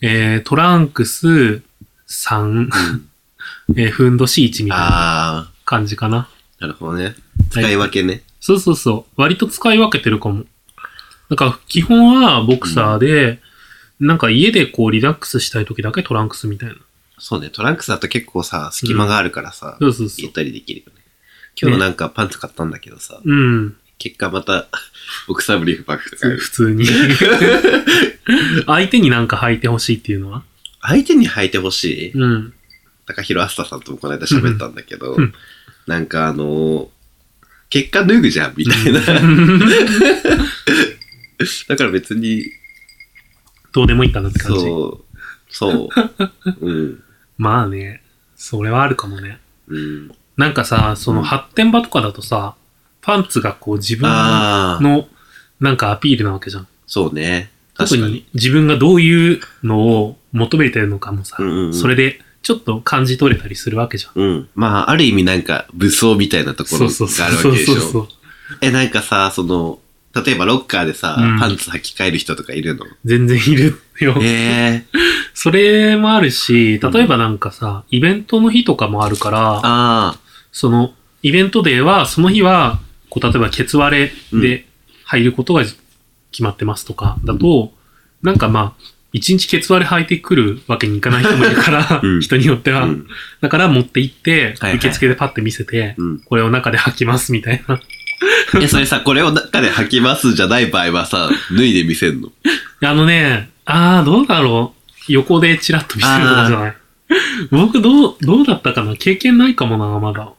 [SPEAKER 1] えー、トランクス3、
[SPEAKER 2] うん
[SPEAKER 1] えー、ふんどし1みたいな
[SPEAKER 2] あ
[SPEAKER 1] 感じかな。
[SPEAKER 2] ー、なるほどね。使い分けね。
[SPEAKER 1] そうそうそう。割と使い分けてるかも。なんか、基本はボクサーで、なんか家でこうリラックスしたい時だけトランクスみたいな。
[SPEAKER 2] そうね、トランクスだと結構さ、隙間があるからさ、
[SPEAKER 1] そうそうそ
[SPEAKER 2] ゆっ
[SPEAKER 1] う。
[SPEAKER 2] たりできるよね。今日なんかパンツ買ったんだけどさ、
[SPEAKER 1] うん。
[SPEAKER 2] 結果また、 ボクサーブリーフばっか買う
[SPEAKER 1] 普通 に。相手になんか履いてほしいっていうのは
[SPEAKER 2] 相手に履いてほしい
[SPEAKER 1] うん。
[SPEAKER 2] 高弘あすたさんともこの間喋ったんだけど、
[SPEAKER 1] うん
[SPEAKER 2] なんかあのー結果脱ぐじゃんみたいな、 だから別に
[SPEAKER 1] どうでもいいかなって感じ。
[SPEAKER 2] そうそううん
[SPEAKER 1] まあね、それはあるかもね。
[SPEAKER 2] うん
[SPEAKER 1] なんかさ、そうの
[SPEAKER 2] ん
[SPEAKER 1] 発展場とかだとさ、パンツがこう自分
[SPEAKER 2] ああ
[SPEAKER 1] のなんかアピールなわけじゃん。
[SPEAKER 2] そうね確
[SPEAKER 1] 特
[SPEAKER 2] かに
[SPEAKER 1] に自分がどういうのを求めてるのかもさ、
[SPEAKER 2] うんうんうん
[SPEAKER 1] それでちょっと感じ取れたりするわけじゃん。
[SPEAKER 2] うん、まあある意味なんか武装みたいなとこ
[SPEAKER 1] そ
[SPEAKER 2] ろ
[SPEAKER 1] うそう
[SPEAKER 2] が
[SPEAKER 1] そ
[SPEAKER 2] あ
[SPEAKER 1] う
[SPEAKER 2] るわけ
[SPEAKER 1] そう
[SPEAKER 2] でし
[SPEAKER 1] そう
[SPEAKER 2] ょえなんかさその例えばロッカーでさ、
[SPEAKER 1] うん
[SPEAKER 2] パンツ履き替える人とかいるの
[SPEAKER 1] 全然いるよ。
[SPEAKER 2] ええ
[SPEAKER 1] それもあるし、例えばなんかさ、イベントの日とかもあるから、
[SPEAKER 2] あ
[SPEAKER 1] そのイベントデーは、その日は、こう例えば、ケツ割れで入ることが決まってますとか、だと、なんかまあ、一日ケツ割れ履いてくるわけにいかない人もいるから、
[SPEAKER 2] うん
[SPEAKER 1] 人によって
[SPEAKER 2] あ
[SPEAKER 1] は。
[SPEAKER 2] うん
[SPEAKER 1] だから持って行って、
[SPEAKER 2] はいはい
[SPEAKER 1] 受付でパッて見せて、
[SPEAKER 2] うん、
[SPEAKER 1] これを中で履きますみたいな。
[SPEAKER 2] えそれさこれを中で履きますじゃない場合はさ脱いで見せんの
[SPEAKER 1] あのね、あー、どうだろう。横でチラッと見せるとかじゃ ない。僕、どう、どうだったかな経験ないかもな、まだ。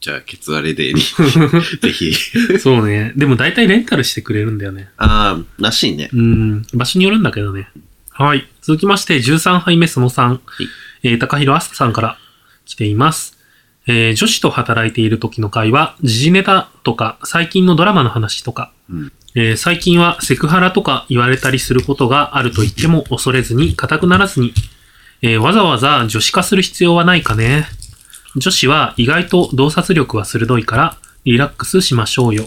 [SPEAKER 2] じゃあ、ケツ割れデーに、 ぜひ。
[SPEAKER 1] そうね。でも大体レンタルしてくれるんだよね。
[SPEAKER 2] ああ、らしいね。
[SPEAKER 1] うん、場所によるんだけどね。はい。続きまして、13杯目その3。えー、高弘あさんから来ています。えー女子と働いている時の会は、時事ネタとか、最近のドラマの話とか、
[SPEAKER 2] うん
[SPEAKER 1] えー最近はセクハラとか言われたりすることがあると言っても恐れずに、固くならずに、えーわざわざ女子化する必要はないかね。女子は意外と洞察力は鋭いから、リラックスしましょうよ。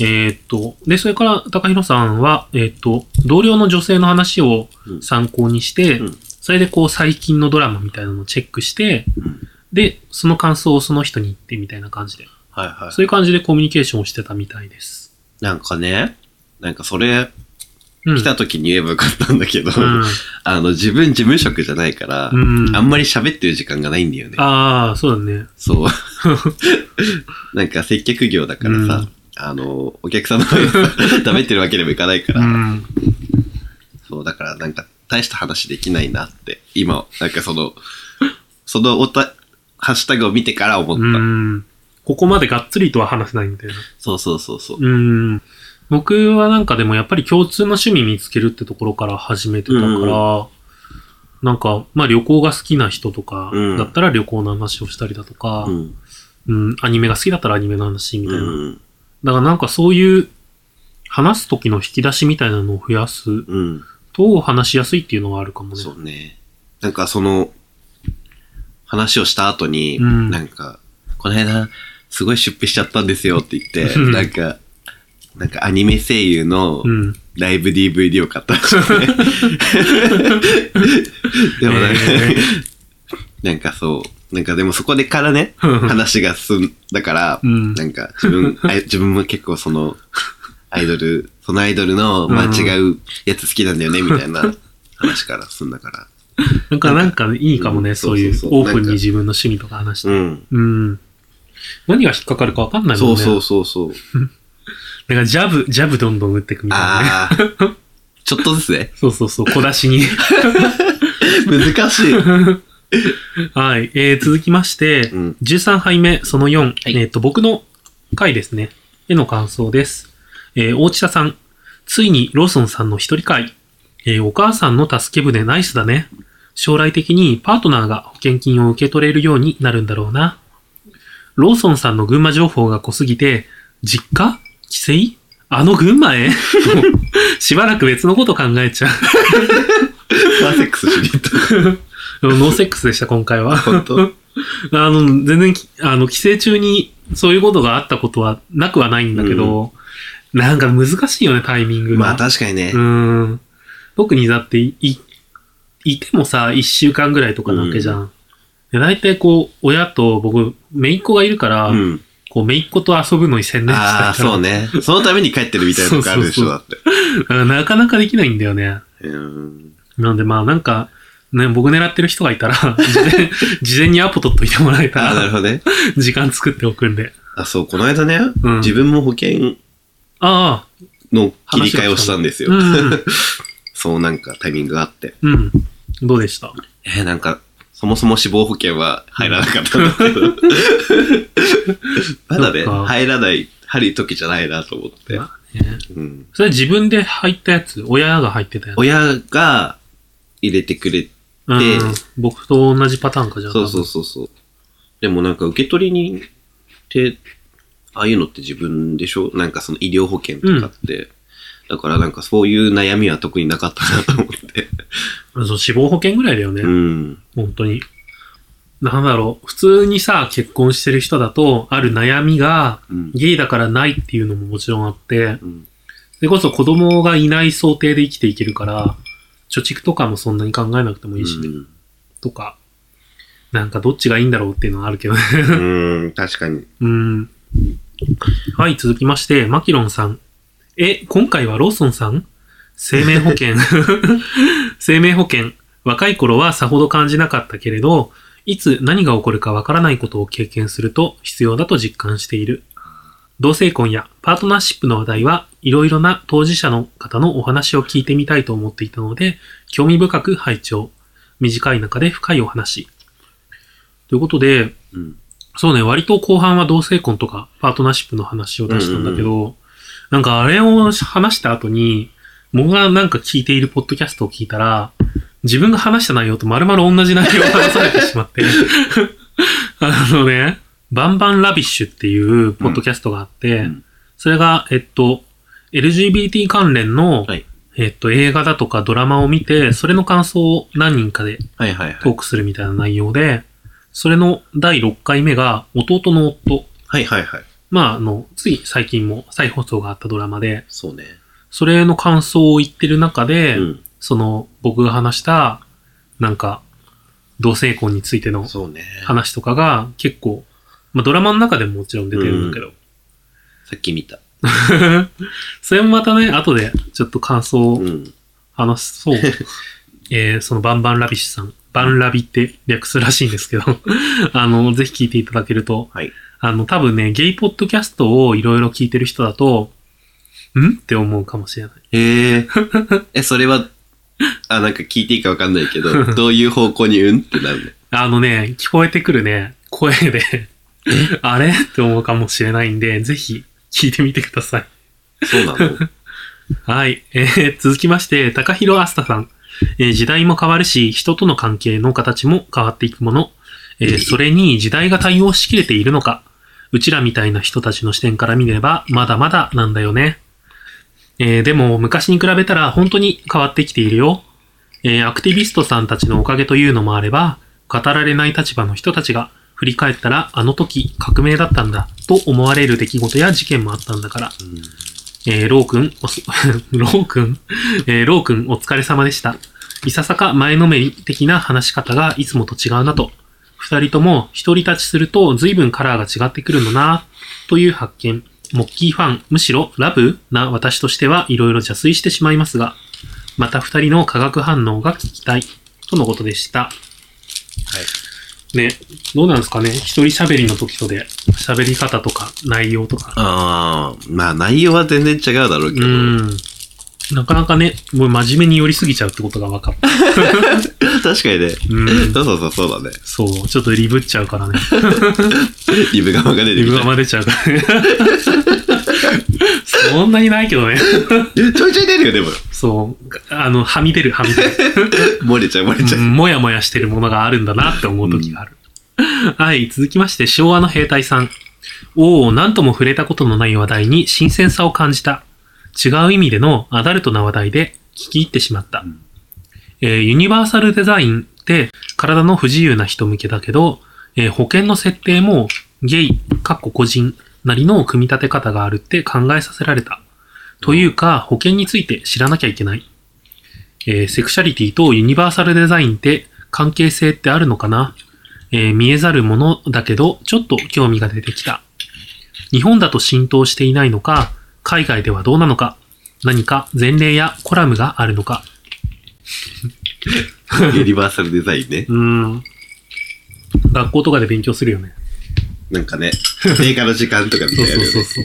[SPEAKER 1] えーっと、で、それから、高弘さんは、えーっと、同僚の女性の話を参考にして、
[SPEAKER 2] うん
[SPEAKER 1] それでこう、最近のドラマみたいなのをチェックして、
[SPEAKER 2] うん
[SPEAKER 1] で、その感想をその人に言ってみたいな感じで、
[SPEAKER 2] はいは
[SPEAKER 1] そういう感じでコミュニケーションをしてたみたいです。
[SPEAKER 2] い。なんかね、なんかそれ、
[SPEAKER 1] うん。
[SPEAKER 2] 来た時に言えばよかったんだけど、
[SPEAKER 1] うん。
[SPEAKER 2] あの、自分事務職じゃないから、
[SPEAKER 1] うん。
[SPEAKER 2] あんまり喋ってる時間がないんだよね。
[SPEAKER 1] ああ、そうだね。
[SPEAKER 2] そう。なんか接客業だからさ、
[SPEAKER 1] うん
[SPEAKER 2] あの、お客さんの前でさ食べてるわけにもいかないから、
[SPEAKER 1] うん。
[SPEAKER 2] そう、だからなんか、大した話できないなって、今、なんかその、そのおた、ハッシュタグを見てから思った。
[SPEAKER 1] うん。ここまでがっつりとは話せないみたいな。
[SPEAKER 2] そうそうそうそう。
[SPEAKER 1] うん。僕はなんかでもやっぱり共通の趣味見つけるってところから始めてたから、
[SPEAKER 2] うん
[SPEAKER 1] なんか、まあ旅行が好きな人とか
[SPEAKER 2] うん
[SPEAKER 1] だったら旅行の話をしたりだとか、
[SPEAKER 2] うん
[SPEAKER 1] うん、アニメが好きだったらアニメの話みたいな。
[SPEAKER 2] うん
[SPEAKER 1] だからなんかそういう話す時の引き出しみたいなのを増やす
[SPEAKER 2] うん、
[SPEAKER 1] と話しやすいっていうのはあるかもね。
[SPEAKER 2] そうね。なんかその、話をした後に、
[SPEAKER 1] うん
[SPEAKER 2] なんか、この間、すごい出費しちゃったんですよって言って、
[SPEAKER 1] うん
[SPEAKER 2] なんか、なんかアニメ声優の
[SPEAKER 1] うん。
[SPEAKER 2] ライブ DVD を買ったら しくて、でもなんか、
[SPEAKER 1] え
[SPEAKER 2] なんかそう、なんかでもそこでからね、話が進んだから、
[SPEAKER 1] うん。
[SPEAKER 2] なんか自分、あ自分も結構その、アイドル、そのアイドルの、まあ、
[SPEAKER 1] うん
[SPEAKER 2] 違うやつ好きなんだよね、みたいな話から進んだから。
[SPEAKER 1] なんか、なんかいいかも
[SPEAKER 2] う
[SPEAKER 1] ね、
[SPEAKER 2] ん
[SPEAKER 1] そういう
[SPEAKER 2] そうそうそう
[SPEAKER 1] オープン
[SPEAKER 2] なんか
[SPEAKER 1] に自分の趣味とか話して。
[SPEAKER 2] うん。
[SPEAKER 1] うん。何が引っかかるかわかんないもん
[SPEAKER 2] そ
[SPEAKER 1] ね。
[SPEAKER 2] うそうそうそう。
[SPEAKER 1] なんかジャブ、ジャブどんどん打っていくみたいなね。
[SPEAKER 2] ああー。 ちょっとずつね。
[SPEAKER 1] そうそうそう、小出しに。
[SPEAKER 2] 難しい。
[SPEAKER 1] はい。えー、続きまして、
[SPEAKER 2] うん。
[SPEAKER 1] 13杯目、その4。
[SPEAKER 2] い
[SPEAKER 1] えっ、と、僕の回ですね。への感想です。えー、大地田さん。ついにローソンさんの一人会。えーお母さんの助け舟ナイスだね。将来的にパートナーが保険金を受け取れるようになるんだろうな。ローソンさんの群馬情報が濃すぎて、実家帰省あの群 馬へとしばらく別のこと考えちゃう。
[SPEAKER 2] パーセックスしに行った。
[SPEAKER 1] ノーセックスでした、今回は。
[SPEAKER 2] 本当
[SPEAKER 1] あの、全然き、あの、帰省中にそういうことがあったことはなくはないんだけど、なんか難しいよね、タイミングが。
[SPEAKER 2] まあ確かにね
[SPEAKER 1] う。ん。特にだってい、い、いてもさ、一週間ぐらいとかなわけじゃん。で大体こう、親と僕、姪っ子がいるから、
[SPEAKER 2] うん。
[SPEAKER 1] こう、姪っ子と遊ぶのに専念してたか
[SPEAKER 2] あ
[SPEAKER 1] ら
[SPEAKER 2] あ、そうね。そのために帰ってるみたいなとこあるでしょ、
[SPEAKER 1] そう
[SPEAKER 2] だって。
[SPEAKER 1] だからなかなかできないんだよね。
[SPEAKER 2] うん。
[SPEAKER 1] なんでまあ、なんか、ね、僕狙ってる人がいた ら、事前、事前にアポ取っといてもらえた
[SPEAKER 2] ああ、なる
[SPEAKER 1] ら、
[SPEAKER 2] ほどね。
[SPEAKER 1] 時間作っておくんで。
[SPEAKER 2] あ、そう、この間ね、
[SPEAKER 1] うん
[SPEAKER 2] 自分も保険
[SPEAKER 1] ああ、
[SPEAKER 2] の切り替えをしたんですよ。
[SPEAKER 1] うん
[SPEAKER 2] そう、なんかタイミングがあって。
[SPEAKER 1] うん。うん。どうでした
[SPEAKER 2] えーなんか、そもそも死亡保険は入らなかったんだけど。 まだ
[SPEAKER 1] そ
[SPEAKER 2] ね、
[SPEAKER 1] っか
[SPEAKER 2] 入らない、入る時じゃないなと思って。
[SPEAKER 1] まあね
[SPEAKER 2] うん、
[SPEAKER 1] それ自分で入ったやつ親が入ってたやつ
[SPEAKER 2] 親が入れてくれて、
[SPEAKER 1] うん。僕と同じパターンかじゃん。
[SPEAKER 2] そうそうそうそう。でもなんか受け取りにって、ああいうのって自分でしょなんかその医療保険とかって。だからなんかそういう悩みは特になかったなと思って。
[SPEAKER 1] 多分そう死亡保険ぐらいだよね。
[SPEAKER 2] うん。
[SPEAKER 1] 本当に。なんだろう。普通にさ、結婚してる人だと、ある悩みが、
[SPEAKER 2] うん。
[SPEAKER 1] ゲイだからないっていうのももちろんあって、
[SPEAKER 2] うん
[SPEAKER 1] それこそ子供がいない想定で生きていけるから、貯蓄とかもそんなに考えなくてもいいしね、とか、なんかどっちがいいんだろうっていうのはあるけどね。
[SPEAKER 2] うん、確かに。
[SPEAKER 1] うん。はい、続きまして、マキロンさん。え、今回はローソンさん生命保険。生命保険。若い頃はさほど感じなかったけれど、いつ何が起こるかわからないことを経験すると必要だと実感している。同性婚やパートナーシップの話題はいろいろな当事者の方のお話を聞いてみたいと思っていたので、興味深く拝聴。短い中で深いお話。ということで、
[SPEAKER 2] うん。
[SPEAKER 1] そうね、割と後半は同性婚とかパートナーシップの話を出したんだけど、なんかあれを話した後に、僕がなんか聞いているポッドキャストを聞いたら、自分が話した内容とまるまる同じ内容を話されてしま って、あのね、バンバンラビッシュっていうポッドキャストがあって、
[SPEAKER 2] うん
[SPEAKER 1] それが、えっと、LGBT 関連の、
[SPEAKER 2] はい
[SPEAKER 1] えっと、映画だとかドラマを見て、それの感想を何人かで
[SPEAKER 2] はいはいは
[SPEAKER 1] ト
[SPEAKER 2] い。
[SPEAKER 1] ークするみたいな内容で、それの第6回目が、弟の夫。
[SPEAKER 2] はいはいはい。
[SPEAKER 1] まあ、あの、つい最近も再放送があったドラマで、
[SPEAKER 2] そうね。
[SPEAKER 1] それの感想を言ってる中で、
[SPEAKER 2] うん。
[SPEAKER 1] その、僕が話した、なんか、同性婚についての
[SPEAKER 2] そうね。
[SPEAKER 1] 話とかが結構、まあドラマの中でももちろん出てるんだけど、
[SPEAKER 2] さっき見た。
[SPEAKER 1] それもまたね、後でちょっと感想を
[SPEAKER 2] うん。
[SPEAKER 1] 話 そう。えーそのバンバンラビッシュさん。バンラビって略すらしいんですけど、 あの、ぜひ聞いていただけると、
[SPEAKER 2] はい
[SPEAKER 1] あの、多分ね、ゲイポッドキャストをいろいろ聞いてる人だと、んって思うかもしれない。
[SPEAKER 2] へえ。え、それは、あ、なんか聞いていいかわかんないけ ど、どういう方向にうんってなる
[SPEAKER 1] あのね、聞こえてくるね、声で、 あれって思うかもしれないんで、ぜひ聞いてみてください。
[SPEAKER 2] のそう なの
[SPEAKER 1] はい。えー続きまして、高弘あすたさん。えー時代も変わるし、人との関係の形も変わっていくもの。えーそれに時代が対応しきれているのか。うちらみたいな人たちの視点から見れば、まだまだなんだよね。えーでも、昔に比べたら本当に変わってきているよ。えーアクティビストさんたちのおかげというのもあれば、語られない立場の人たちが、振り返ったら、あの時革命だったんだ、と思われる出来事や事件もあったんだから。えー、ロー君、おす ロー君、えー、ロー君、お疲れ様でした。いささか前のめり的な話し方がいつもと違うなと。二人とも独り立ちすると随分カラーが違ってくるのなという発見。モッキーファン、むしろラブな私としてはいろいろ邪推してしまいますが、また二人の化学反応が聞きたい。とのことでした。ね、どうなんですかね一人喋りの時とで喋り方とか内容とか。
[SPEAKER 2] ああ、まあ内容は全然違うだろうけ
[SPEAKER 1] う
[SPEAKER 2] ど、
[SPEAKER 1] ん。なかなかね、もう真面目に寄りすぎちゃうってことが分かった。
[SPEAKER 2] 確かにね。
[SPEAKER 1] うん。
[SPEAKER 2] そうそうそう、そうだね。
[SPEAKER 1] そう、ちょっとリブっちゃうからね。
[SPEAKER 2] リブ側が出て
[SPEAKER 1] リ
[SPEAKER 2] き
[SPEAKER 1] ブ
[SPEAKER 2] た
[SPEAKER 1] が。ま出ちゃうからね。そんなにないけどね。
[SPEAKER 2] えちょいちょい出るよ、でも。
[SPEAKER 1] そう。あの、はみ出る、はみ出 る。
[SPEAKER 2] 漏れちゃう、漏れちゃ
[SPEAKER 1] う
[SPEAKER 2] う。
[SPEAKER 1] んもやもやしてるものがあるんだなって思う時がある。はい、続きまして、昭和の兵隊さん。おお、なんとも触れたことのない話題に新鮮さを感じた。違う意味でのアダルトな話題で聞き入ってしまった。
[SPEAKER 2] うん
[SPEAKER 1] えーユニバーサルデザインって体の不自由な人向けだけど、えー保険の設定もゲイ、かっこ個人なりの組み立て方があるって考えさせられた。というか、保険について知らなきゃいけない。えーセクシャリティとユニバーサルデザインって関係性ってあるのかなえー見えざるものだけど、ちょっと興味が出てきた。日本だと浸透していないのか、海外ではどうなのか、何か前例やコラムがあるのか。
[SPEAKER 2] ユニバーサルデザインね。
[SPEAKER 1] うーん。学校とかで勉強するよね。
[SPEAKER 2] なんかね、定価の時間とかみた
[SPEAKER 1] そう
[SPEAKER 2] い
[SPEAKER 1] そ
[SPEAKER 2] な、
[SPEAKER 1] う
[SPEAKER 2] ね。
[SPEAKER 1] そうそう。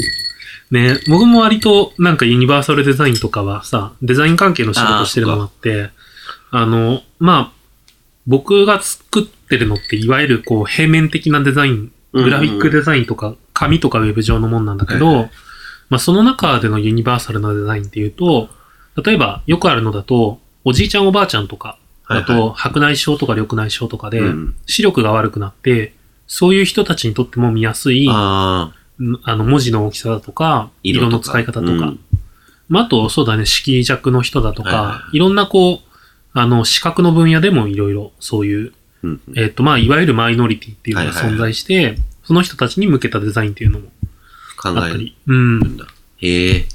[SPEAKER 1] ね僕も割となんかユニバーサルデザインとかはさ、デザイン関係の仕事してるのもあって、あの、まあ、僕が作ってるのっていわゆるこう平面的なデザイン
[SPEAKER 2] うん
[SPEAKER 1] グラフィックデザインとか、紙とかウェブ上のもんなんだけ
[SPEAKER 2] は
[SPEAKER 1] ど、まあその中でのユニバーサルなデザインっていうと、例えばよくあるのだと、おじいちゃんおばあちゃんとか、
[SPEAKER 2] は
[SPEAKER 1] あ
[SPEAKER 2] いはい
[SPEAKER 1] と白内障とか緑内障とかで
[SPEAKER 2] うん、
[SPEAKER 1] 視力が悪くなって、そういう人たちにとっても見やすい、
[SPEAKER 2] ああ、
[SPEAKER 1] うんあの文字の大きさだとか、色の使い方とか、
[SPEAKER 2] うん
[SPEAKER 1] まあ、あと、そうだね、色弱の人だとか、
[SPEAKER 2] はい
[SPEAKER 1] い
[SPEAKER 2] はいはい
[SPEAKER 1] ろんなこう、あの、視覚の分野でもいろいろそういう、
[SPEAKER 2] うん
[SPEAKER 1] えっ、と、まあ、いわゆるマイノリティっていうのが
[SPEAKER 2] はいはいはい
[SPEAKER 1] 存在して、その人たちに向けたデザインっていうのも
[SPEAKER 2] 考
[SPEAKER 1] あっ
[SPEAKER 2] え
[SPEAKER 1] た
[SPEAKER 2] る
[SPEAKER 1] り、うん。
[SPEAKER 2] んだ。へえ。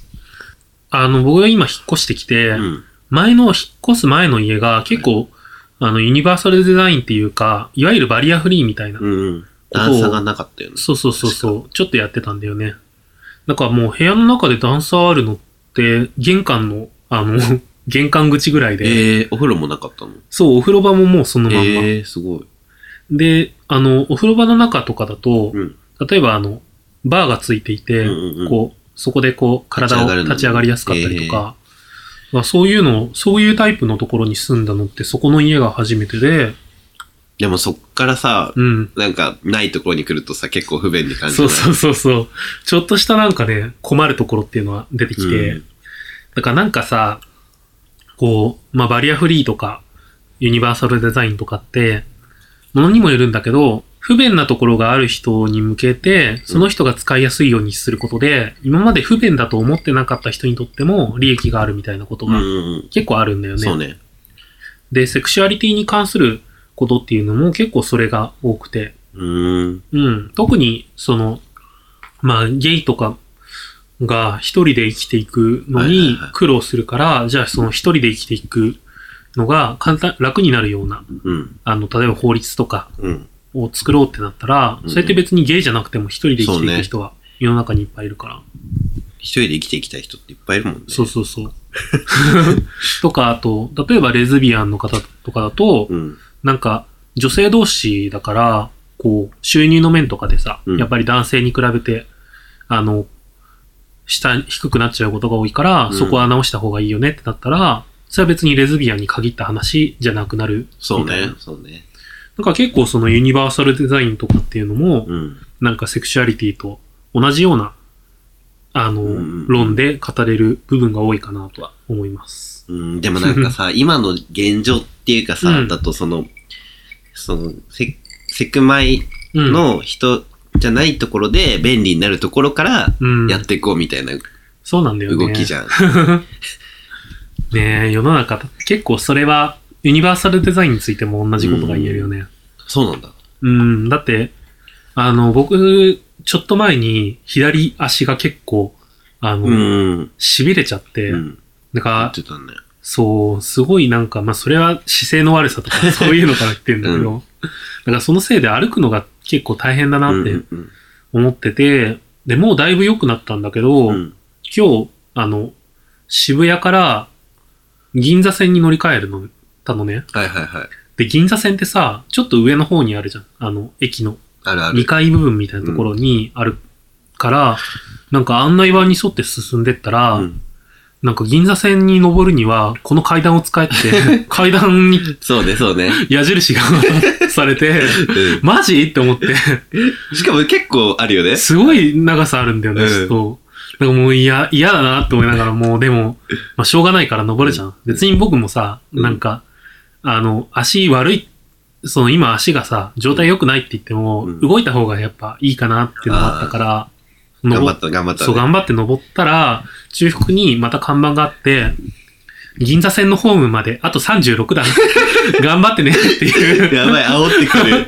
[SPEAKER 1] あの、僕が今引っ越してきて、
[SPEAKER 2] うん。
[SPEAKER 1] 前の、引っ越す前の家が結構、あの、ユニバーサルデザインっていうか、いわゆるバリアフリーみたいな、
[SPEAKER 2] うん。段差がなかったよね。
[SPEAKER 1] そうそうそうそう、ちょっとやってたんだよね。だからもう部屋の中で段差あるのって、玄関の、あの、 玄関口ぐらいで、
[SPEAKER 2] ええ、お風呂もなかったの
[SPEAKER 1] そう、お風呂場ももうそのまんま。
[SPEAKER 2] ええ、すごい。
[SPEAKER 1] で、あの、お風呂場の中とかだと
[SPEAKER 2] う、ん。
[SPEAKER 1] 例えばあの、バーがついていて、
[SPEAKER 2] うんうんうん
[SPEAKER 1] こう、そこでこう、体
[SPEAKER 2] 立ち上が
[SPEAKER 1] を
[SPEAKER 2] るの
[SPEAKER 1] 立ち上がりやすかったりとか、まあそういうの、そういうタイプのところに住んだのって、そこの家が初めてで、
[SPEAKER 2] でもそっからさ、
[SPEAKER 1] うん。
[SPEAKER 2] なんかないところに来るとさ、結構不便に感じ
[SPEAKER 1] そ
[SPEAKER 2] る。
[SPEAKER 1] うそうそうそう。ちょっとしたなんかね、困るところっていうのは出てきて、
[SPEAKER 2] うん
[SPEAKER 1] だからなんかさ、こう、まあ、バリアフリーとか、ユニバーサルデザインとかって、ものにもよるんだけど、不便なところがある人に向けて、その人が使いやすいようにすることで、今まで不便だと思ってなかった人にとっても利益があるみたいなこと
[SPEAKER 2] うん
[SPEAKER 1] が
[SPEAKER 2] うんうん。
[SPEAKER 1] 結構あるんだよね。
[SPEAKER 2] そうね。
[SPEAKER 1] で、セクシュアリティに関することっていうのも結構それが多くて、
[SPEAKER 2] うーん。
[SPEAKER 1] うん。特に、その、まあ、ゲイとかが一人で生きていくの
[SPEAKER 2] はいはい
[SPEAKER 1] に
[SPEAKER 2] はい
[SPEAKER 1] 苦労するから、じゃあその一人で生きていくのが簡単、楽になるような、
[SPEAKER 2] うん。
[SPEAKER 1] あの、例えば法律とか
[SPEAKER 2] うん。
[SPEAKER 1] を作ろうってなったら、
[SPEAKER 2] うん
[SPEAKER 1] それって別にゲイじゃなくても一人で生きて
[SPEAKER 2] そう
[SPEAKER 1] いく
[SPEAKER 2] ね
[SPEAKER 1] 人は世の中にいっぱいいるから。
[SPEAKER 2] 一人で生きていきたい人っていっぱいいるもんね。
[SPEAKER 1] そうそうそう。 とか、あと、例えばレズビアンの方とかだと、
[SPEAKER 2] うん。
[SPEAKER 1] なんか、女性同士だから、こう、収入の面とかでさ、
[SPEAKER 2] うん
[SPEAKER 1] やっぱり男性に比べて、あの、下、低くなっちゃうことが多いから、
[SPEAKER 2] うん
[SPEAKER 1] そこは直した方がいいよねってなったら、それは別にレズビアンに限った話じゃなくなる。
[SPEAKER 2] そう
[SPEAKER 1] みたい
[SPEAKER 2] ね
[SPEAKER 1] な。。
[SPEAKER 2] そうね。
[SPEAKER 1] なんか結構そのユニバーサルデザインとかっていうのも、
[SPEAKER 2] うん。
[SPEAKER 1] なんかセクシュアリティと同じような、あの、
[SPEAKER 2] うんうん
[SPEAKER 1] 論で語れる部分が多いかなとは思います。
[SPEAKER 2] うん、でもなんか さ、今の現状っていうかさ、
[SPEAKER 1] うん
[SPEAKER 2] だとその、その、セセクマイ
[SPEAKER 1] うん、
[SPEAKER 2] の人じゃないところで便利になるところから
[SPEAKER 1] うん、
[SPEAKER 2] やっていこうみたいな
[SPEAKER 1] そうなんだよね。
[SPEAKER 2] 動 きじゃん。
[SPEAKER 1] ねえ、世の中、結構それは、ユニバーサルデザインについても同じことが言えるよね。
[SPEAKER 2] そうなんだ。
[SPEAKER 1] うん、だって、あの、僕、ちょっと前に、左足が結構、あの、
[SPEAKER 2] うん。
[SPEAKER 1] 痺れちゃって、
[SPEAKER 2] うん。
[SPEAKER 1] なん
[SPEAKER 2] 言っ
[SPEAKER 1] か、
[SPEAKER 2] てたね。
[SPEAKER 1] そう、すごいなんか、まあそれは姿勢の悪さと かそういうのから来てんだけど、なんかそのせいで歩くのが結構大変だなっ
[SPEAKER 2] う
[SPEAKER 1] て
[SPEAKER 2] んうん
[SPEAKER 1] 思ってて、で、もうだいぶ良くなったんだけど、
[SPEAKER 2] うんうん
[SPEAKER 1] 今日、あの、渋谷から銀座線に乗り換えるの、たのね。
[SPEAKER 2] はいはいはい。
[SPEAKER 1] で、銀座線ってさ、ちょっと上の方にあるじゃん。あの、駅の
[SPEAKER 2] あるあ
[SPEAKER 1] 2
[SPEAKER 2] る。
[SPEAKER 1] 階部分みたいなところにあるから、なんか案内板に沿って進んでったら、
[SPEAKER 2] うん
[SPEAKER 1] なんか銀座線に登るには、この階段を使えって、 階段に
[SPEAKER 2] そうね、 そうね。
[SPEAKER 1] 矢印がされて、
[SPEAKER 2] う
[SPEAKER 1] マジって思って、
[SPEAKER 2] んしかも結構あるよね。
[SPEAKER 1] すごい長さあるんだよね、
[SPEAKER 2] うん
[SPEAKER 1] そう。なんかもう嫌、嫌だなって思いながら、もうで も、まあしょうがないから登るじゃん。別に僕もさ、
[SPEAKER 2] うん
[SPEAKER 1] なんか、あの、足悪い、その今足がさ、状態良くないって言っても、
[SPEAKER 2] うん
[SPEAKER 1] 動いた方がやっぱいいかなっていうのがあったから、
[SPEAKER 2] 頑
[SPEAKER 1] 登
[SPEAKER 2] 張った、頑張ったね。
[SPEAKER 1] そう、頑張って登ったら、中腹にまた看板があって、銀座線のホームまで、あと36段。 頑張ってねっていう。
[SPEAKER 2] やばい、煽ってく る。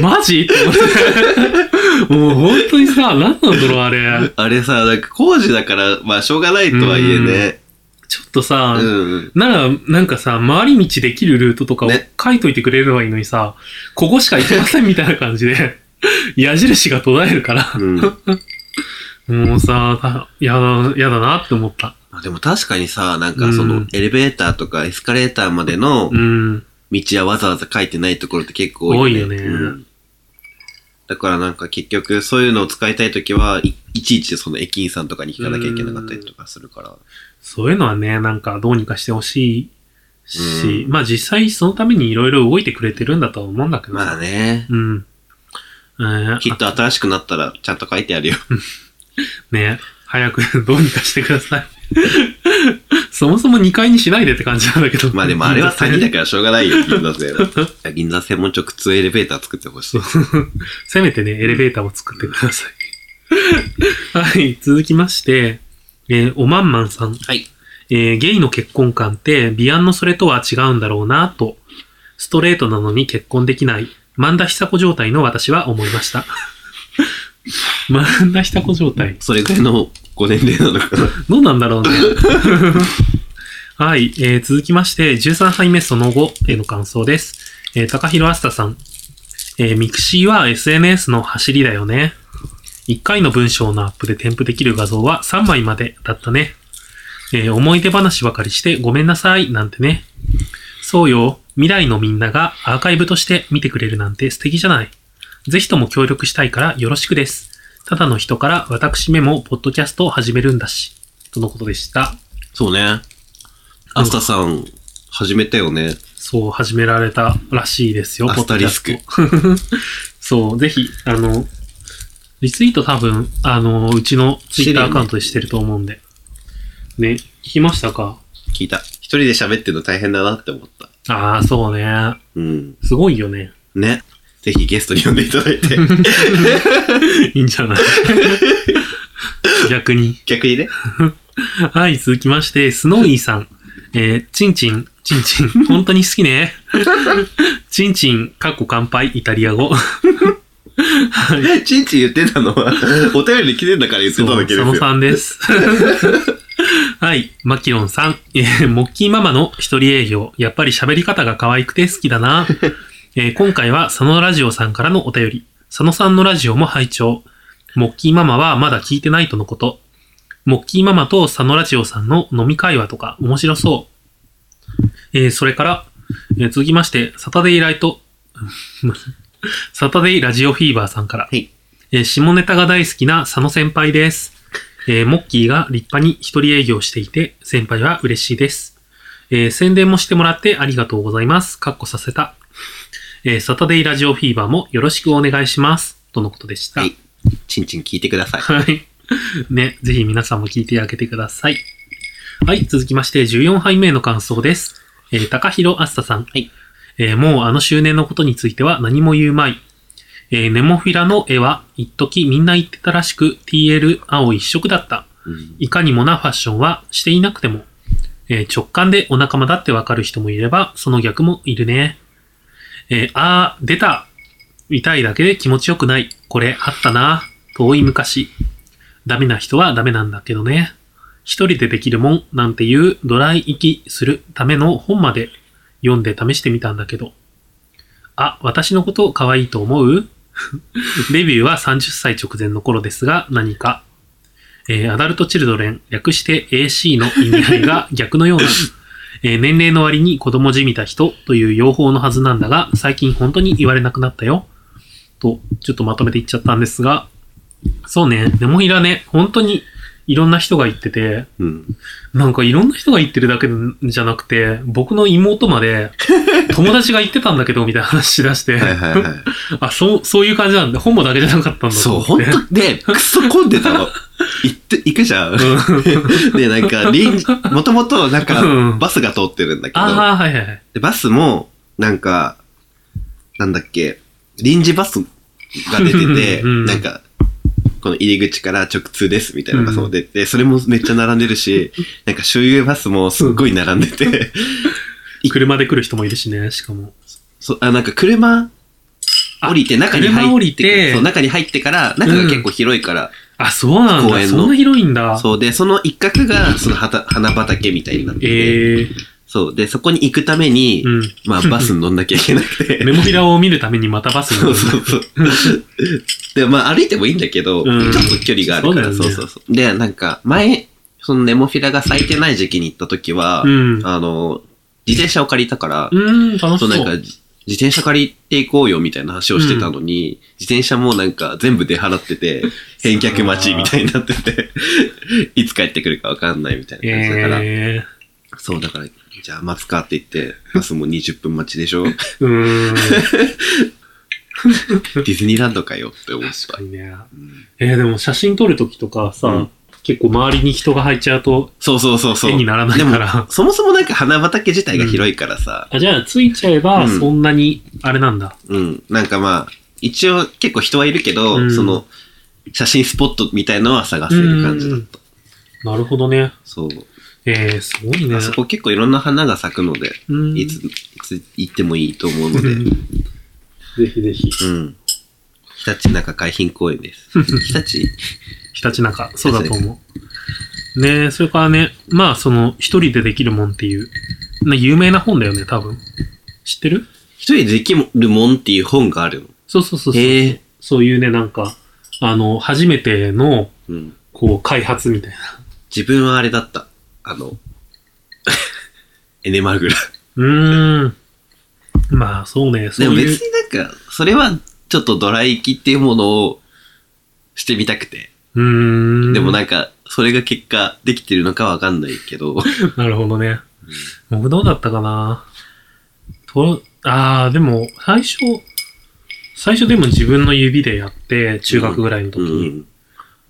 [SPEAKER 1] マジって思 って。もう本当にさ、何なんだろう、あれ。
[SPEAKER 2] あれさ、なんか工事だから、まあしょうがないとはいえね。
[SPEAKER 1] ちょっと
[SPEAKER 2] う
[SPEAKER 1] さ、
[SPEAKER 2] んうん。
[SPEAKER 1] なら、なんかさ、回り道できるルートとかを
[SPEAKER 2] ね
[SPEAKER 1] 書いといてくれればいいのにさ、ここしか行けませんみたいな感じで、 矢印が途絶えるから、
[SPEAKER 2] うん。
[SPEAKER 1] もうさ、たやだ、やだなって思った。
[SPEAKER 2] まあでも確かにさ、なんかそうの
[SPEAKER 1] ん
[SPEAKER 2] エレベーターとかエスカレーターまでの
[SPEAKER 1] うん。
[SPEAKER 2] 道はわざわざ書いてないところって結構多いよね。
[SPEAKER 1] 多いよね
[SPEAKER 2] うんだからなんか結局そういうのを使いたいときはい、いちいちその駅員さんとかに聞かなきゃいけなかったりとかするから。
[SPEAKER 1] そういうのはね、なんかどうにかしてほしいし、
[SPEAKER 2] うん
[SPEAKER 1] まあ実際そのためにいろいろ動いてくれてるんだとは思うんだけどさ
[SPEAKER 2] まあね。
[SPEAKER 1] うん。えー
[SPEAKER 2] きっと新しくなったらちゃんと書いてあるよ。
[SPEAKER 1] ね、早く どうにかしてください。 そもそも2階にしないでって感じなんだけど。
[SPEAKER 2] まあでもあれは詐欺だ
[SPEAKER 1] け
[SPEAKER 2] からしょうがない よ、銀座線は。いや銀座線も直通エレベーター作ってほしい。
[SPEAKER 1] せめてね、エレベーターを作ってください。 はい、続きまして、えーおまんまんさん。
[SPEAKER 2] はい。
[SPEAKER 1] えーゲイの結婚観って、ビアンのそれとは違うんだろうなと、ストレートなのに結婚できない、万田久子状態の私は思いました。 万田久子状態。
[SPEAKER 2] それぐらいのご年齢なのかな。
[SPEAKER 1] どうなんだろうね。 はい、えー続きまして、13杯目その後への感想です。えー、高弘あすたさん。えーミクシーは SNS の走りだよね。1回の文章のアップで添付できる画像は3枚までだったね。えー思い出話ばかりしてごめんなさい、なんてね。そうよ、未来のみんながアーカイブとして見てくれるなんて素敵じゃない。ぜひとも協力したいからよろしくです。ただの人から私めもポッドキャストを始めるんだし。とのことでした。
[SPEAKER 2] そうね。アスタさん、始めたよね。
[SPEAKER 1] そう、始められたらしいですよ、
[SPEAKER 2] アスタリスク
[SPEAKER 1] ポッドキャスト。 そう、ぜひ、あの、リツイート多分、あの、うちのツイッターアカウントでしてると思うんで。ね、聞きましたか
[SPEAKER 2] 聞いた。一人で喋ってるの大変だなって思った。
[SPEAKER 1] ああ、そうね。
[SPEAKER 2] うん。
[SPEAKER 1] すごいよね。
[SPEAKER 2] ね。ぜひゲストに呼んでいただい て。
[SPEAKER 1] いいんじゃない 逆に。
[SPEAKER 2] 逆にね。
[SPEAKER 1] はい、続きまして、スノーイーさん。えー、チンチン、チンチン、本当に好きね。チンチン、かっこ乾杯、イタリア語。
[SPEAKER 2] ちんちん言ってたのは、お便りで来てんだから言ってただけです
[SPEAKER 1] そう
[SPEAKER 2] よ。
[SPEAKER 1] 佐野さん です。はい。マキロンさん。えーモッキーママの一人営業。やっぱり喋り方が可愛くて好きだ な。えー今回は佐野ラジオさんからのお便り。佐野さんのラジオも拝聴。モッキーママはまだ聞いてないとのこと。モッキーママと佐野ラジオさんの飲み会話とか面白そう。えーそれから、えー続きまして、サタデイライト、 サタデイラジオフィーバーさんから。
[SPEAKER 2] はい
[SPEAKER 1] えー下ネタが大好きな佐野先輩です。えーモッキーが立派に一人営業していて、先輩は嬉しいです。えー宣伝もしてもらってありがとうございます。かっこさせた。えーサタデイラジオフィーバーもよろしくお願いします。とのことでした。
[SPEAKER 2] はい。ちんちん聞いてください。
[SPEAKER 1] はい。ね、ぜひ皆さんも聞いてあげてください。はい、続きまして、14杯目の感想です。えー、高弘あすたさん。
[SPEAKER 2] はい。
[SPEAKER 1] えーもうあの周年のことについては何も言うまい。えーネモフィラの絵は、一時みんな言ってたらしく、TL 青一色だった。
[SPEAKER 2] うん
[SPEAKER 1] いかにもなファッションはしていなくても、えー直感でお仲間だってわかる人もいれば、その逆もいるね。えーあー、出た痛いだけで気持ちよくない。これあったな。遠い昔。ダメな人はダメなんだけどね。一人でできるもんなんていうドライ行きするための本まで読んで試してみたんだけど。あ、私のこと可愛いと思う デビューは30歳直前の頃ですが、何か、えーアダルトチルドレン、略して AC の意味合いが逆のような、えー年齢の割に子供じみた人という用法のはずなんだが、最近本当に言われなくなったよ。と、ちょっとまとめて言っちゃったんですが、そうね、ネモヒラね、本当にいろんな人が言ってて、
[SPEAKER 2] うん。
[SPEAKER 1] なんかいろんな人が言ってるだけじゃなくて、僕の妹まで、友達が言ってたんだけど、みたいな話し出して、
[SPEAKER 2] はいはいは
[SPEAKER 1] あ、そう、そういう感じなんで、本もだけじゃなかったん
[SPEAKER 2] い。
[SPEAKER 1] だ
[SPEAKER 2] そ
[SPEAKER 1] と思
[SPEAKER 2] う、
[SPEAKER 1] っ
[SPEAKER 2] 本
[SPEAKER 1] て。
[SPEAKER 2] 当 で、くそ混んでたの。行って、行くじゃん。 で、なんか、臨時、もともと、なん
[SPEAKER 1] う
[SPEAKER 2] か
[SPEAKER 1] ん、
[SPEAKER 2] バスが通ってるんだけど、
[SPEAKER 1] ああ、はいはいはい。
[SPEAKER 2] でバスも、なんか、なんだっけ、臨時バスが出てて、
[SPEAKER 1] うんうん
[SPEAKER 2] なんか、この入り口から直通ですみたいな
[SPEAKER 1] うん
[SPEAKER 2] バスも出て、それもめっちゃ並んでるし、なんか周遊バスもすっごい並んでて、
[SPEAKER 1] 車で来る人もいるしね、しかも。
[SPEAKER 2] そうあなんか車
[SPEAKER 1] あ
[SPEAKER 2] 降りて、中に
[SPEAKER 1] 車降
[SPEAKER 2] 入っ
[SPEAKER 1] り
[SPEAKER 2] てから
[SPEAKER 1] て
[SPEAKER 2] そう、中に入ってから、中が結構広いから、
[SPEAKER 1] あ、そうなん
[SPEAKER 2] 公
[SPEAKER 1] だ。
[SPEAKER 2] 園
[SPEAKER 1] そ
[SPEAKER 2] の
[SPEAKER 1] んな広いんだ。
[SPEAKER 2] そうで、その一角が、そのはた花畑みたいになってて、
[SPEAKER 1] ええ
[SPEAKER 2] そうで、そこに行くために、
[SPEAKER 1] うん。
[SPEAKER 2] まあバスに乗んなきゃいけなくて、
[SPEAKER 1] メモリラを見るためにまたバスに
[SPEAKER 2] そ
[SPEAKER 1] 乗
[SPEAKER 2] う
[SPEAKER 1] る。
[SPEAKER 2] そうそう。で、まあ歩いてもいいんだけど、
[SPEAKER 1] うん
[SPEAKER 2] ちょっと距離があるから、
[SPEAKER 1] そ
[SPEAKER 2] そう
[SPEAKER 1] だよ
[SPEAKER 2] う
[SPEAKER 1] ね
[SPEAKER 2] そうそう。で、なんか、前、そのネモフィラが咲いてない時期に行った時は、
[SPEAKER 1] うん。
[SPEAKER 2] あの、自転車を借りたから、
[SPEAKER 1] うん、楽しそ。
[SPEAKER 2] そううなんか、じ自転車借りていこうよみたいな話をしてたのに、自転車もなんか全部出払ってて、返却待ちみたいになってて、 いつ帰ってくるかわかんないみたいな感じだから、
[SPEAKER 1] ええ
[SPEAKER 2] そうだから、じゃあ待つかって言って、バスも20分待ちでしょデ
[SPEAKER 1] うー ん。
[SPEAKER 2] ィズニーランドかよって思っ
[SPEAKER 1] 確
[SPEAKER 2] た
[SPEAKER 1] か。にね。
[SPEAKER 2] うん
[SPEAKER 1] えー、でも写真撮るときとかさ、
[SPEAKER 2] うん
[SPEAKER 1] 結構周りに人が入っちゃうと、
[SPEAKER 2] そうそうそうそう。
[SPEAKER 1] 絵にならない
[SPEAKER 2] でも
[SPEAKER 1] から
[SPEAKER 2] そもそもなんか花畑自体が広いからさ、
[SPEAKER 1] あじゃあついちゃえば
[SPEAKER 2] うん
[SPEAKER 1] そんなにあれなんだ。
[SPEAKER 2] うん、なんかまあ、一応結構人はいるけど、
[SPEAKER 1] うん
[SPEAKER 2] その、写真スポットみたいのは探せる感じだった。
[SPEAKER 1] なるほどね。
[SPEAKER 2] そう。
[SPEAKER 1] えー、すごいね
[SPEAKER 2] あ。そこ結構いろんな花が咲くので、
[SPEAKER 1] うん
[SPEAKER 2] いつ、いつ行ってもいいと思うの
[SPEAKER 1] う
[SPEAKER 2] で、うんん。
[SPEAKER 1] ぜひぜひ。
[SPEAKER 2] ひたちなか海浜公園です。ひたち
[SPEAKER 1] ひたちなか。そうだと思う。ねえ、それからね、まあその、一人でできるもんっていう、ね、有名な本だよね、多分。知ってる
[SPEAKER 2] 一人でできるもんっていう本があるの。
[SPEAKER 1] そうそうそうそう。
[SPEAKER 2] へえ。
[SPEAKER 1] そういうね、なんか、あの、初めての、
[SPEAKER 2] うん。
[SPEAKER 1] こう、開発みたいな。
[SPEAKER 2] 自分はあれだった。あの、 エネマグラ。
[SPEAKER 1] うーん。まあ、そうね、そう
[SPEAKER 2] でも
[SPEAKER 1] いう。
[SPEAKER 2] 別になんか、それはちょっとドライきっていうものをしてみたくて。
[SPEAKER 1] うーん。
[SPEAKER 2] でもなんか、それが結果できてるのかわかんないけど。
[SPEAKER 1] なるほどね。僕どうだったかなと、ああ、でも、最初、最初でも自分の指でやって、中学ぐらいの時
[SPEAKER 2] う
[SPEAKER 1] に。
[SPEAKER 2] ん。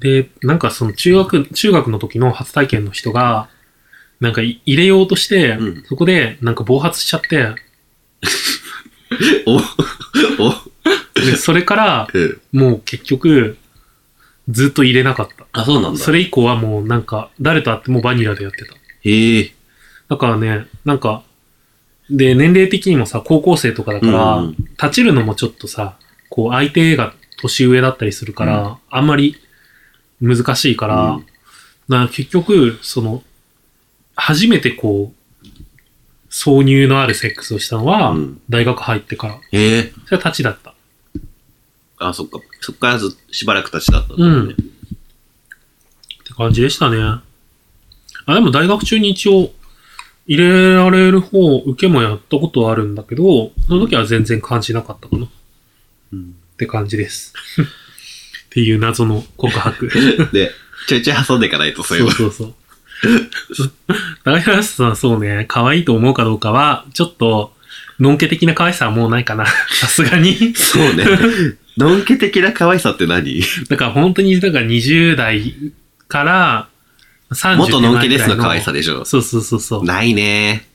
[SPEAKER 1] で、なんかその中学、中学の時の初体験の人が、なんかい入れようとして、
[SPEAKER 2] うん
[SPEAKER 1] そこでなんか暴発しちゃって、
[SPEAKER 2] お、お、
[SPEAKER 1] で、それから、
[SPEAKER 2] うん
[SPEAKER 1] もう結局、ずっと入れなかった。
[SPEAKER 2] あ、そうなんだ
[SPEAKER 1] そ。れ以降はもうなんか、誰と会ってもバニラでやってた。
[SPEAKER 2] へえ。
[SPEAKER 1] だからね、なんか、で、年齢的にもさ、高校生とかだから、
[SPEAKER 2] うんうん
[SPEAKER 1] 立ちるのもちょっとさ、こう、相手が年上だったりするから、
[SPEAKER 2] う
[SPEAKER 1] あんまり難しいから、
[SPEAKER 2] うん
[SPEAKER 1] な結局、その、初めてこう、挿入のあるセックスをしたのは、
[SPEAKER 2] うん
[SPEAKER 1] 大学入ってから。
[SPEAKER 2] へえ。
[SPEAKER 1] それは立ちだった。
[SPEAKER 2] あ、そっか。そっからずしばらく経ちだったんだね。
[SPEAKER 1] って感じでしたね。あ、でも大学中に一応、入れられる方、受けもやったことはあるんだけど、その時は全然感じなかったかなっ
[SPEAKER 2] うん
[SPEAKER 1] て感じ です。っていう謎の告白。
[SPEAKER 2] で、ちょいちょい挟んでいかないと、そうい
[SPEAKER 1] そううそうそう。高橋さん、そうね、可愛いと思うかどうかは、ちょっと、のんけ的な可愛さはもうないかな。 さすがに。
[SPEAKER 2] そうね。のんけ的な可愛さって何
[SPEAKER 1] だから本当に、だから20代から30
[SPEAKER 2] 元のんけですの
[SPEAKER 1] 手前くらい
[SPEAKER 2] 可愛さでしょ。
[SPEAKER 1] そうそうそうそう。
[SPEAKER 2] ないね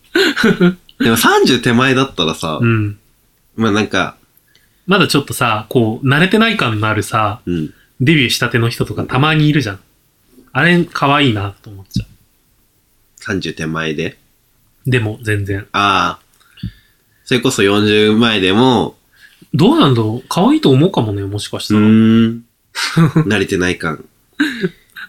[SPEAKER 2] でも30手前だったらさ、
[SPEAKER 1] うん。
[SPEAKER 2] まあなんか、
[SPEAKER 1] まだちょっとさ、こう、慣れてない感のあるさ、
[SPEAKER 2] うん。
[SPEAKER 1] デビューしたての人とかたまにいるじゃん。あれ、可愛いなと思っちゃ
[SPEAKER 2] 30手前で。
[SPEAKER 1] う。でも、全然。
[SPEAKER 2] ああ。それこそ40前でも、
[SPEAKER 1] どうなんだろう可愛いと思うかもね、もしかし
[SPEAKER 2] う
[SPEAKER 1] たら。
[SPEAKER 2] ーん。慣れてない感。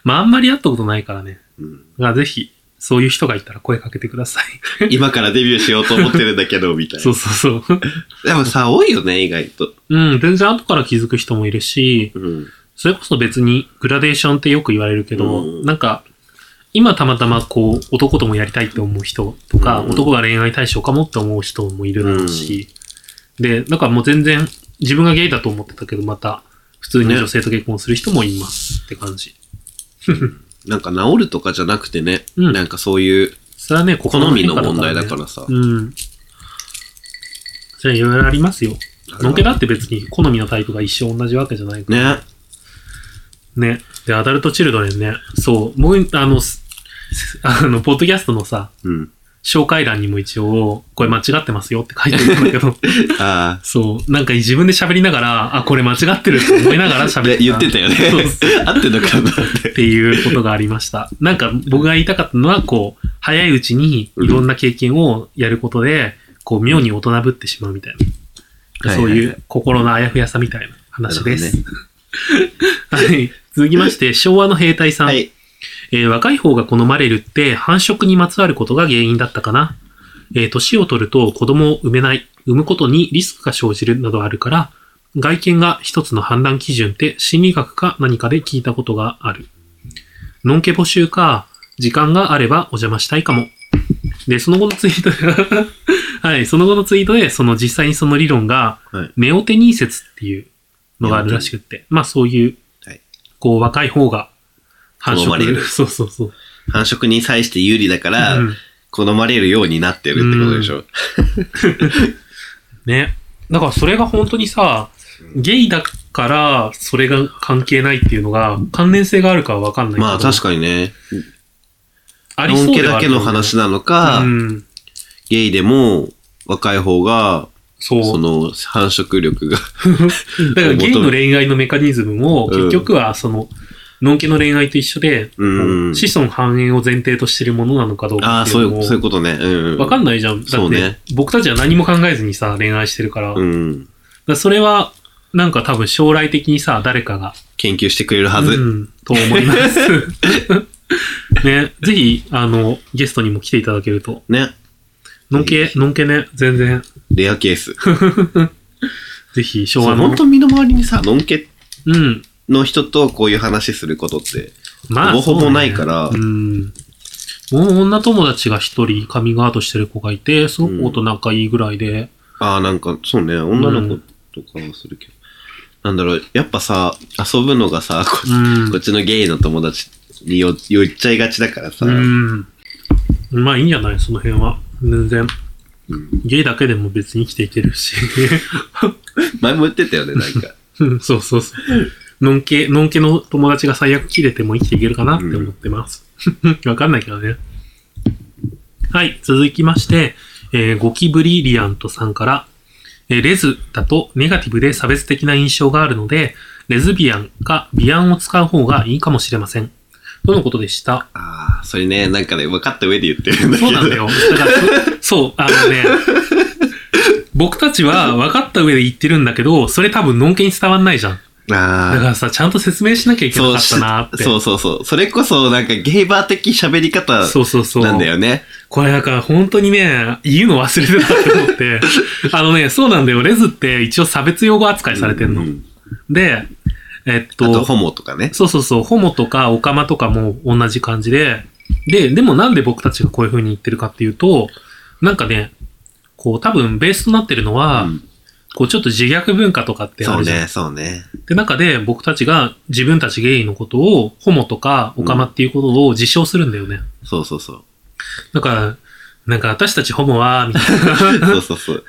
[SPEAKER 1] まあ、あんまり会ったことないからね。
[SPEAKER 2] うん
[SPEAKER 1] がぜひ、そういう人がいたら声かけてくださ
[SPEAKER 2] 今からデビューしようと思ってるんだけど、みた
[SPEAKER 1] い。
[SPEAKER 2] い
[SPEAKER 1] そ
[SPEAKER 2] な
[SPEAKER 1] う。そうそう。
[SPEAKER 2] でもさ、多いよね、意外と。
[SPEAKER 1] うん、全然後から気づく人もいるし、
[SPEAKER 2] うん。
[SPEAKER 1] それこそ別にグラデーションってよく言われるけど、
[SPEAKER 2] うん
[SPEAKER 1] なんか、今たまたまこう、男ともやりたいって思う人とか、
[SPEAKER 2] うん
[SPEAKER 1] 男が恋愛対象かもって思う人もいるだろうし、で、なんかもう全然自分がゲイだと思ってたけど、また普通に女性と結婚する人もいますって感じ。
[SPEAKER 2] なんか治るとかじゃなくてね、
[SPEAKER 1] うん
[SPEAKER 2] なんかそういう
[SPEAKER 1] それはね、ここ
[SPEAKER 2] 好みの問題だ
[SPEAKER 1] ら
[SPEAKER 2] か
[SPEAKER 1] ね
[SPEAKER 2] らさ。
[SPEAKER 1] うん。それはいろいろありますよ。のんけだって別に好みのタイプが一生同じわけじゃないから。
[SPEAKER 2] ね。
[SPEAKER 1] ね。で、アダルトチルドレンね。そう。僕、あの、すあの、ポッドキャストのさ、
[SPEAKER 2] うん。
[SPEAKER 1] 紹介欄にも一応、これ間違ってますよって書いてるんだけ ど、
[SPEAKER 2] あ
[SPEAKER 1] そう。なんか自分で喋りながら、あ、これ間違ってるって思いながら
[SPEAKER 2] あ。
[SPEAKER 1] 喋っ
[SPEAKER 2] で
[SPEAKER 1] て
[SPEAKER 2] 言ってたよね
[SPEAKER 1] そうそ。
[SPEAKER 2] 合ってんのかなって。
[SPEAKER 1] っていうことがありました。なんか僕が言いたかったのは、こう、早いうちにいろんな経験をやることで、こう、妙に大人ぶってしまうみたいな。
[SPEAKER 2] はい
[SPEAKER 1] そう
[SPEAKER 2] はい
[SPEAKER 1] い
[SPEAKER 2] はいう
[SPEAKER 1] 心のあやふやさみたいな話で
[SPEAKER 2] な
[SPEAKER 1] す
[SPEAKER 2] る。
[SPEAKER 1] はい。続きまして、昭和の兵隊さん。
[SPEAKER 2] はい。
[SPEAKER 1] えー若い方が好まれるって繁殖にまつわることが原因だったかな。えー年を取ると子供を産めない、産むことにリスクが生じるなどあるから、外見が一つの判断基準って心理学か何かで聞いたことがある。のんけ募集か、時間があればお邪魔したいかも。で、その後のツイートで はい、その後のツイートで、その実際にその理論が
[SPEAKER 2] はい、
[SPEAKER 1] ネオテニー説っていうのがあるらしくって、まあそういう
[SPEAKER 2] はい、
[SPEAKER 1] こう若い方が繁
[SPEAKER 2] 好まれ
[SPEAKER 1] 殖、
[SPEAKER 2] る
[SPEAKER 1] そうそうそう。
[SPEAKER 2] 繁殖に際して有利だから
[SPEAKER 1] う、ん
[SPEAKER 2] 好まれるようになってるってことでしょ。
[SPEAKER 1] ね。だからそれが本当にさ、ゲイだからそれが関係ないっていうのが関連性があるかはわかんない
[SPEAKER 2] まあ確
[SPEAKER 1] か
[SPEAKER 2] かにね。
[SPEAKER 1] あり
[SPEAKER 2] ノ
[SPEAKER 1] そ
[SPEAKER 2] ン
[SPEAKER 1] う
[SPEAKER 2] ケ
[SPEAKER 1] では
[SPEAKER 2] だ
[SPEAKER 1] あ
[SPEAKER 2] け
[SPEAKER 1] る
[SPEAKER 2] の話
[SPEAKER 1] だ
[SPEAKER 2] なのか
[SPEAKER 1] う、ん。
[SPEAKER 2] ゲイでも若い方が、
[SPEAKER 1] そう。
[SPEAKER 2] その繁殖力が。
[SPEAKER 1] だからゲイの恋愛のメカニズムも
[SPEAKER 2] うん
[SPEAKER 1] 結局はその、ノンケの恋愛と一緒で、
[SPEAKER 2] うん
[SPEAKER 1] 子孫繁栄を前提としてるものなのかどう
[SPEAKER 2] あ
[SPEAKER 1] か
[SPEAKER 2] あ、
[SPEAKER 1] って
[SPEAKER 2] そ
[SPEAKER 1] いううの
[SPEAKER 2] いう、そういうことね。うん。
[SPEAKER 1] わかんないじゃん。だ
[SPEAKER 2] そ
[SPEAKER 1] っ
[SPEAKER 2] う
[SPEAKER 1] て
[SPEAKER 2] ね
[SPEAKER 1] 僕たちは何も考えずにさ、恋愛してるから。だか
[SPEAKER 2] うん。
[SPEAKER 1] らそれは、なんか多分将来的にさ、誰かが
[SPEAKER 2] 研究してくれるはず。
[SPEAKER 1] うん、と思い ます。ね、ぜひ、あの、ゲストにも来ていただけると。
[SPEAKER 2] ね。
[SPEAKER 1] のんけ、のんけね、全然、
[SPEAKER 2] レアケ ース。
[SPEAKER 1] ぜひ、昭
[SPEAKER 2] そう、
[SPEAKER 1] 和
[SPEAKER 2] 本
[SPEAKER 1] の。
[SPEAKER 2] 当身の回りにさ、のんけ
[SPEAKER 1] うん。
[SPEAKER 2] の人とこういう話することって、
[SPEAKER 1] まあ、
[SPEAKER 2] ほぼほぼ
[SPEAKER 1] そうね
[SPEAKER 2] ないから
[SPEAKER 1] うん。もう女友達が一人カミングアウトしてる子がいて、その子と仲いいぐらいで、
[SPEAKER 2] ああ、なんか、そうね、女の子とかはするけど。なんだろう、やっぱさ、遊ぶのがさ、こ,、
[SPEAKER 1] うん
[SPEAKER 2] こっちのゲイの友達によ言っちゃいがちだからさ、
[SPEAKER 1] うん。まあ、いいんじゃないその辺は。全然。
[SPEAKER 2] うん
[SPEAKER 1] ゲイだけでも別に生きていけるし。
[SPEAKER 2] 前も言ってたよね、なんか。
[SPEAKER 1] うんそうそうそう。のんけ、のんけの友達が最悪切れても生きていけるかなって思ってます。 わかんないけどね。はい、続きまして、えーゴキブリリアントさんから、えーレズだとネガティブで差別的な印象があるので、レズビアンかビアンを使う方がいいかもしれません。とのことでした。
[SPEAKER 2] ああ、それね、なんかね、分かった上で言ってるんだけど。
[SPEAKER 1] そうなん だよ。だから、 そそう、あのね、僕たちは分かった上で言ってるんだけど、それ多分のんけに伝わんないじゃん。
[SPEAKER 2] あ
[SPEAKER 1] だ
[SPEAKER 2] あ
[SPEAKER 1] か。らさ、ちゃんと説明しなきゃいけな
[SPEAKER 2] そ
[SPEAKER 1] か
[SPEAKER 2] う
[SPEAKER 1] ったなって。
[SPEAKER 2] そうそうそう。それこそ、なんかゲイバー的喋り方
[SPEAKER 1] そうそうそう
[SPEAKER 2] なんだよね。
[SPEAKER 1] これなんか本当にね、言うの忘れてたと思 って。あのね、そうなんだよ。レズって一応差別用語扱いされてんの。
[SPEAKER 2] ううん
[SPEAKER 1] で、えっ
[SPEAKER 2] あと、
[SPEAKER 1] と、
[SPEAKER 2] ホモとかね。
[SPEAKER 1] そうそうそう、ホモとかオカマとかも同じ感じで、で、でもなんで僕たちがこういう風に言ってるかっていうと、なんかね、こう多分ベースとなってるのは、
[SPEAKER 2] うん
[SPEAKER 1] こうちょっと自虐文化とかってあ
[SPEAKER 2] そう
[SPEAKER 1] るじゃん。
[SPEAKER 2] ね、そうね。
[SPEAKER 1] で、中で僕たちが自分たちゲイのことを、ホモとかオカマっていうことを自称するんだよね。
[SPEAKER 2] そうそ うそう。
[SPEAKER 1] だから、なんか私たちホモは、みたい
[SPEAKER 2] そうそうそう。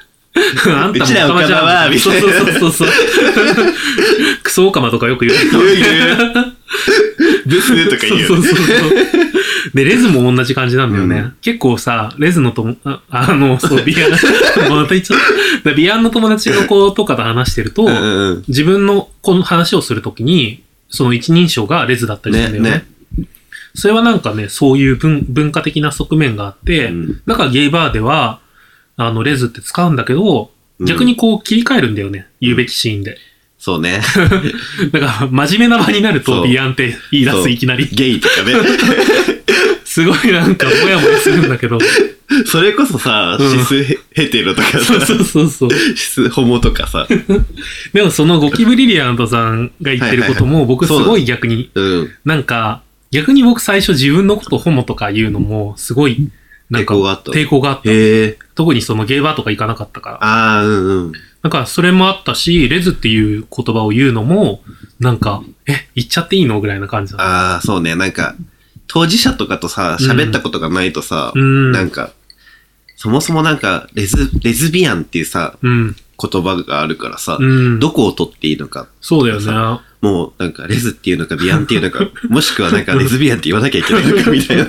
[SPEAKER 1] な。あんたもオカマじゃん。
[SPEAKER 2] うちらオカマはみたいな
[SPEAKER 1] そうそ うそうそう。クソオカマとかよく言う。
[SPEAKER 2] 言う言う。ですねとか言うよね。
[SPEAKER 1] そうそうそう。で、レズも同じ感じなんだよね。
[SPEAKER 2] うん
[SPEAKER 1] 結構さ、レズのとも、あ あの、そう、ビアン、また言っちゃった。でビアンの友達の子とかと話してると、
[SPEAKER 2] うんうんうん
[SPEAKER 1] 自分のこの話をするときに、その一人称がレズだったりするんだよね。
[SPEAKER 2] ねね
[SPEAKER 1] それはなんかね、そういう文文化的な側面があって、
[SPEAKER 2] うん
[SPEAKER 1] だからゲイバーでは、あの、レズって使うんだけど、
[SPEAKER 2] うん
[SPEAKER 1] 逆にこう切り替えるんだよね。言うべきシーンで。
[SPEAKER 2] そうね。
[SPEAKER 1] だから、真面目な場になる
[SPEAKER 2] そ
[SPEAKER 1] と、
[SPEAKER 2] う
[SPEAKER 1] ビアンって言い出
[SPEAKER 2] そ
[SPEAKER 1] す、
[SPEAKER 2] う
[SPEAKER 1] いきなり。
[SPEAKER 2] ゲイとかね。
[SPEAKER 1] すごいなんかもやもやするんだけど。
[SPEAKER 2] それこそさ、
[SPEAKER 1] うん
[SPEAKER 2] シスヘヘテロとか
[SPEAKER 1] そう
[SPEAKER 2] さ
[SPEAKER 1] そ、うそうそう。
[SPEAKER 2] シスホモとかさ、
[SPEAKER 1] でもそのゴキブリリアントさんが言ってることも僕すごい逆に、
[SPEAKER 2] うん。
[SPEAKER 1] なんか逆に僕最初自分のことホモとか言うのもすごい、なんか
[SPEAKER 2] 抵抗があった
[SPEAKER 1] 抵抗があった。
[SPEAKER 2] へえ。
[SPEAKER 1] 特にそのゲイバーとか行かなかったから。
[SPEAKER 2] ああ、うんうん。
[SPEAKER 1] なんかそれもあったし、レズっていう言葉を言うのも、なんか、え、言っちゃっていいのぐらいな感じだった。
[SPEAKER 2] ああ、そうね。なんか、当事者とかとさ、喋ったことがないとさ、
[SPEAKER 1] うん。
[SPEAKER 2] なんか、そもそもなんか、レズ、レズビアンっていうさ、
[SPEAKER 1] うん。
[SPEAKER 2] 言葉があるからさ、
[SPEAKER 1] うん。
[SPEAKER 2] どこを取っていいのか、
[SPEAKER 1] そうだよね。
[SPEAKER 2] もうなんか、レズっていうのか、ビアンっていう のか、もしくはなんか、レズビアンって言わなきゃいけないのか、みたいな。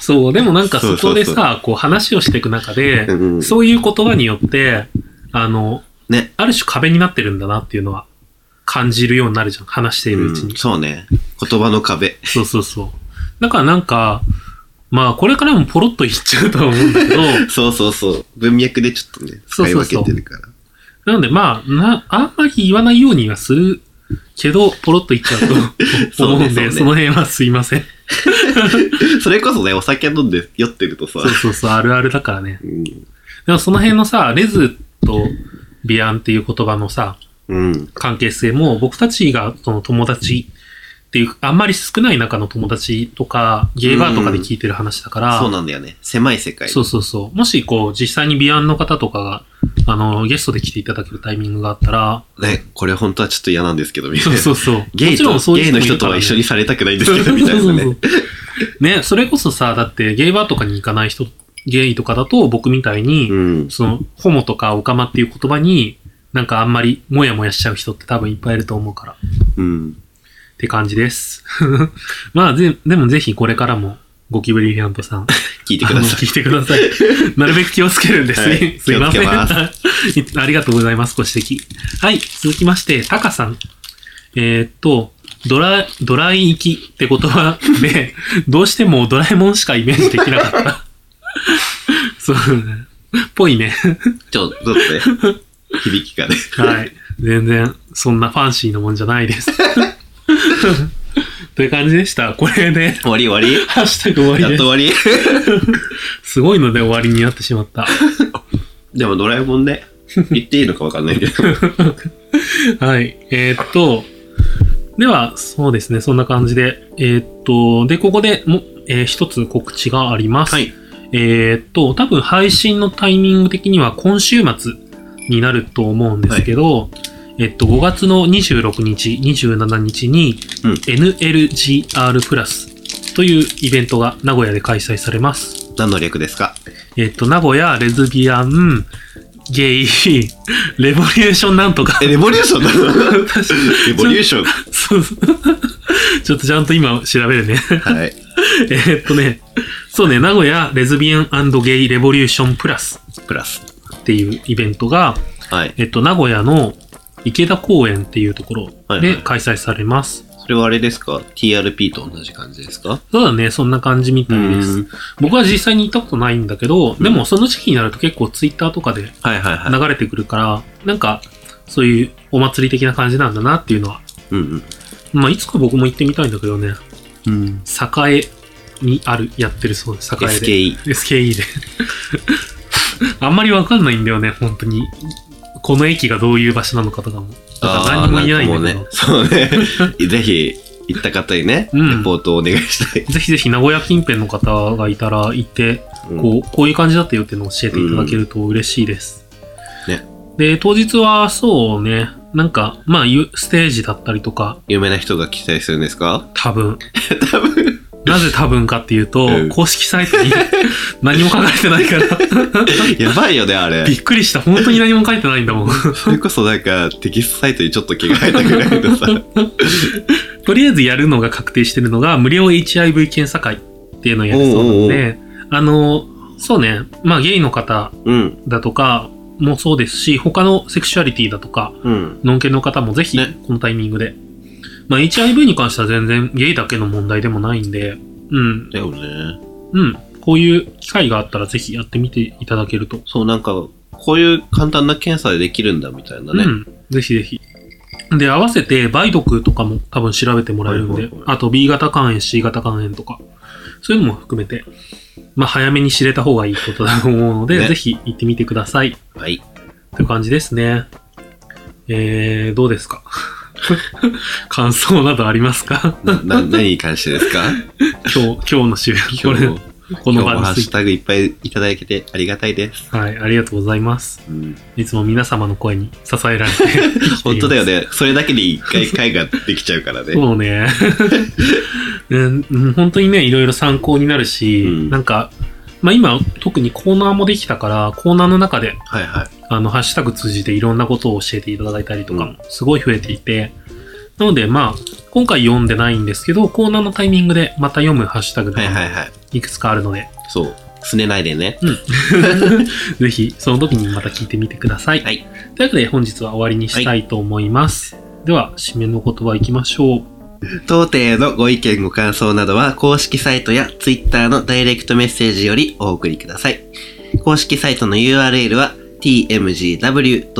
[SPEAKER 1] そう、でもなんか
[SPEAKER 2] そ
[SPEAKER 1] そう
[SPEAKER 2] そ
[SPEAKER 1] こ
[SPEAKER 2] う
[SPEAKER 1] で
[SPEAKER 2] そう
[SPEAKER 1] さ、こう話をしていく中
[SPEAKER 2] う
[SPEAKER 1] で、
[SPEAKER 2] んうん
[SPEAKER 1] そういう言葉によって、あの、
[SPEAKER 2] ね。
[SPEAKER 1] ある種壁になってるんだなっていうのは感じるようになるじゃん。話しているうち
[SPEAKER 2] う
[SPEAKER 1] に
[SPEAKER 2] ん。そうね。言葉の壁。
[SPEAKER 1] そうそうそう。だからなんか、まあこれからもポロッと言っちゃうとは思うんだけど、
[SPEAKER 2] そうそうそう。文脈でちょっとね、
[SPEAKER 1] そう
[SPEAKER 2] 使い
[SPEAKER 1] そう
[SPEAKER 2] 分
[SPEAKER 1] そう
[SPEAKER 2] けてるから。
[SPEAKER 1] なのでまあ、な、あんまり言わないようにはするけど、ポロッと言っちゃうと
[SPEAKER 2] そう
[SPEAKER 1] 思
[SPEAKER 2] ね
[SPEAKER 1] うんで、そ
[SPEAKER 2] そ
[SPEAKER 1] の
[SPEAKER 2] うね
[SPEAKER 1] 辺はすいません。
[SPEAKER 2] それこそね、お酒飲んで酔ってるとさ
[SPEAKER 1] そう、そうそう、あるあるだからね。
[SPEAKER 2] うん。
[SPEAKER 1] でもその辺のさ、レズとビアンっていう言葉のさ、
[SPEAKER 2] うん。
[SPEAKER 1] 関係性も、僕たちがその友達っていう、あんまり少ない中の友達とか、ゲイバーとかで聞いてる話だから、
[SPEAKER 2] そうなんだよね。狭い世界。
[SPEAKER 1] そうそうそうもしこう、実際にビアンの方とかが、あの、ゲストで来ていただけるタイミングがあったら、
[SPEAKER 2] ね、これ本当はちょっと嫌なんですけど、みたい
[SPEAKER 1] そ
[SPEAKER 2] な
[SPEAKER 1] う。そうそう。
[SPEAKER 2] ゲイと、ゲイの人とは一緒に
[SPEAKER 1] し
[SPEAKER 2] されたくないんですけど、みたいなね。
[SPEAKER 1] ね、それこそさ、だってゲイバーとかに行かない人、ゲイとかだと僕みたいに、
[SPEAKER 2] うん。
[SPEAKER 1] その、ホモとかオカマっていう言葉に、なんかあんまりモヤモヤしちゃう人って多分いっぱいいると思うから。
[SPEAKER 2] うん。
[SPEAKER 1] って感じです。 まあ、ぜ、でもぜひこれからも、ゴキブリリアントさん、あ
[SPEAKER 2] 聞いてく
[SPEAKER 1] の
[SPEAKER 2] ださ
[SPEAKER 1] 聞いてください。 なるべく気をつけるんですね。
[SPEAKER 2] はい
[SPEAKER 1] すいません。
[SPEAKER 2] 気 を
[SPEAKER 1] ありがとうございます、ご指摘。はい、続きまして、タカさん。えーっと、ドラ、ドライ行きって言葉で、どうしてもドラえもんしかイメージできなかった。 そうね。ぽいね。
[SPEAKER 2] い。ちょ、ちょっとね。響きがね。
[SPEAKER 1] はい。全然、そんなファンシーなもんじゃないです。 という感じでした。これで、
[SPEAKER 2] 終わり終わり
[SPEAKER 1] ハッシュタグ終わり
[SPEAKER 2] や
[SPEAKER 1] です
[SPEAKER 2] っと終。わり
[SPEAKER 1] すごいので終わりになってしまった。
[SPEAKER 2] でもドラえもんね、言っていいのかわかんないけど。
[SPEAKER 1] はい。えーっと、では、そうですね、そんな感じで。えーっと、で、ここでも、えー一つ告知があります。
[SPEAKER 2] はい。
[SPEAKER 1] えーっと、多分配信のタイミング的には今週末になると思うんですけど、えっと、5月の26日、27日に、
[SPEAKER 2] うん
[SPEAKER 1] NLGR プラスというイベントが名古屋で開催されます。
[SPEAKER 2] 何の略ですか
[SPEAKER 1] えっと、名古屋、レズビアン、ゲイ、レボリューションなんとか。
[SPEAKER 2] え、レボリューションなの
[SPEAKER 1] 私
[SPEAKER 2] レボリューション。
[SPEAKER 1] そうそう ちょっとちゃんと今調べるね。
[SPEAKER 2] はい。
[SPEAKER 1] えっとね、そうね、名古屋レズビアンゲイレボリューションプラス
[SPEAKER 2] プラス。
[SPEAKER 1] っていうイベントが、
[SPEAKER 2] はい。
[SPEAKER 1] えっと、名古屋の池田公園っていうところ
[SPEAKER 2] はい
[SPEAKER 1] で
[SPEAKER 2] はい
[SPEAKER 1] 開催されます。
[SPEAKER 2] それはあれですか ?TRP と同じ感じですか
[SPEAKER 1] そうだね、そんな感じみたいです。
[SPEAKER 2] ん。
[SPEAKER 1] 僕は実際に行ったことないんだけど、でもその時期になると結構ツイッターとかで
[SPEAKER 2] はいはいはい。
[SPEAKER 1] 流れてくるから、なんか、そういうお祭り的な感じなんだなっていうのは。
[SPEAKER 2] うん
[SPEAKER 1] まあ、いつか僕も行ってみたいんだけどね、
[SPEAKER 2] うん。
[SPEAKER 1] 栄にある、やってるそうです。栄で。
[SPEAKER 2] SKE。
[SPEAKER 1] SKE で。あんまりわかんないんだよね、本当に。この駅がどういう場所なのかとかも。だから何にも言えないんだけど。
[SPEAKER 2] あーなんかもうね。そうね。ぜ ひ、行った方にね、
[SPEAKER 1] うん
[SPEAKER 2] レポートをお願いしたい。
[SPEAKER 1] ぜひぜひ名古屋近辺の方がいたら行って、こう、こういう感じだったよっていうのを教えていただけると嬉しいです。
[SPEAKER 2] うんね
[SPEAKER 1] で、当日はそうね、なんか、まあ、ゆステージだったりとか、
[SPEAKER 2] 有名な人が期待するんですか
[SPEAKER 1] 多分。
[SPEAKER 2] 多分。
[SPEAKER 1] なぜ多分かっていうと、
[SPEAKER 2] うん
[SPEAKER 1] 公式サイトに 何も書かれてないから、
[SPEAKER 2] やばいよね、あれ
[SPEAKER 1] び。っくりした。本当に何も書いてないんだもん。
[SPEAKER 2] それこそなんか、テキストサイトにちょっと毛が生えたぐらいの さ。
[SPEAKER 1] とりあえずやるのが確定してるのが、無料 HIV 検査会っていうのをやるそうなので、あの、そうね、まあゲイの方
[SPEAKER 2] うん。
[SPEAKER 1] だとかもそうですし、他のセクシュアリティだとか、
[SPEAKER 2] うん。
[SPEAKER 1] ノンケの方もぜひ
[SPEAKER 2] ね、
[SPEAKER 1] このタイミングで。まあ HIV に関しては全然ゲイだけの問題でもないんで、うん、
[SPEAKER 2] だよね。
[SPEAKER 1] うん、こういう機会があったらぜひやってみていただけると。
[SPEAKER 2] そう、なんか、こういう簡単な検査でできるんだみたいなね。
[SPEAKER 1] うん、ぜひぜひ。で、合わせて梅毒とかも多分調べてもらえるん
[SPEAKER 2] は
[SPEAKER 1] で
[SPEAKER 2] いはいはい、
[SPEAKER 1] あと B 型肝炎、C 型肝炎とか、そういうのも含めて、まあ、早めに知れた方がいいことだと思うので、
[SPEAKER 2] ね
[SPEAKER 1] ぜひ行ってみてください。
[SPEAKER 2] はい。
[SPEAKER 1] という感じですね。えー、どうですか 感想などありますか
[SPEAKER 2] な、 な、何に関してですか
[SPEAKER 1] 今日、今日の週、こ
[SPEAKER 2] 今日
[SPEAKER 1] れ
[SPEAKER 2] も、、
[SPEAKER 1] この
[SPEAKER 2] 今日も
[SPEAKER 1] 場
[SPEAKER 2] ハッ
[SPEAKER 1] で
[SPEAKER 2] シュタグいっぱいいただけてありがたいです。
[SPEAKER 1] はい、ありがとうございます。
[SPEAKER 2] うん。
[SPEAKER 1] いつも皆様の声に支えられて生きています。
[SPEAKER 2] 本当だよね。それだけで一回回ができちゃうからね。
[SPEAKER 1] そう ね。うん、うん本当にね、いろいろ参考になるし、
[SPEAKER 2] うん
[SPEAKER 1] なんか、まあ今、特にコーナーもできたから、コーナーの中で、
[SPEAKER 2] はいはい。
[SPEAKER 1] あの、ハッシュタグ通じていろんなことを教えていただいたりとか
[SPEAKER 2] うん
[SPEAKER 1] も、すごい増えていて、なので、まあ、今回読んでないんですけど、コーナーのタイミングでまた読むハッシュタグが
[SPEAKER 2] はいはいはい。
[SPEAKER 1] いくつかあるので、
[SPEAKER 2] そう。すねないでね。
[SPEAKER 1] ぜひ、その時にまた聞いてみてください。
[SPEAKER 2] はい
[SPEAKER 1] というわけで、本日は終わりにしたいと思います。では、締めの言葉いきましょう。
[SPEAKER 2] 当店へのご意見ご感想などは公式サイトや Twitter のダイレクトメッセージよりお送りください。公式サイトの URL は tmgw.tokyo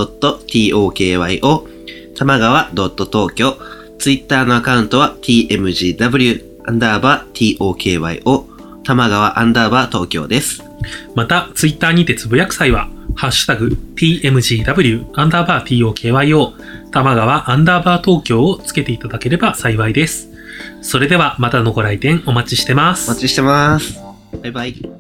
[SPEAKER 2] 玉川 .tokyo Twitter のアカウントは tmgw アンダーバー tokyo 玉川アンダーバー東京です。
[SPEAKER 1] また、ツイッターにてつぶやく際は、ハッシュタグ、tmgw、アンダーバー tokyo、玉川アンダーバー東京をつけていただければ幸いです。それでは、またのご来店お待ちしてます。
[SPEAKER 2] お待ちしてます。バイバイ。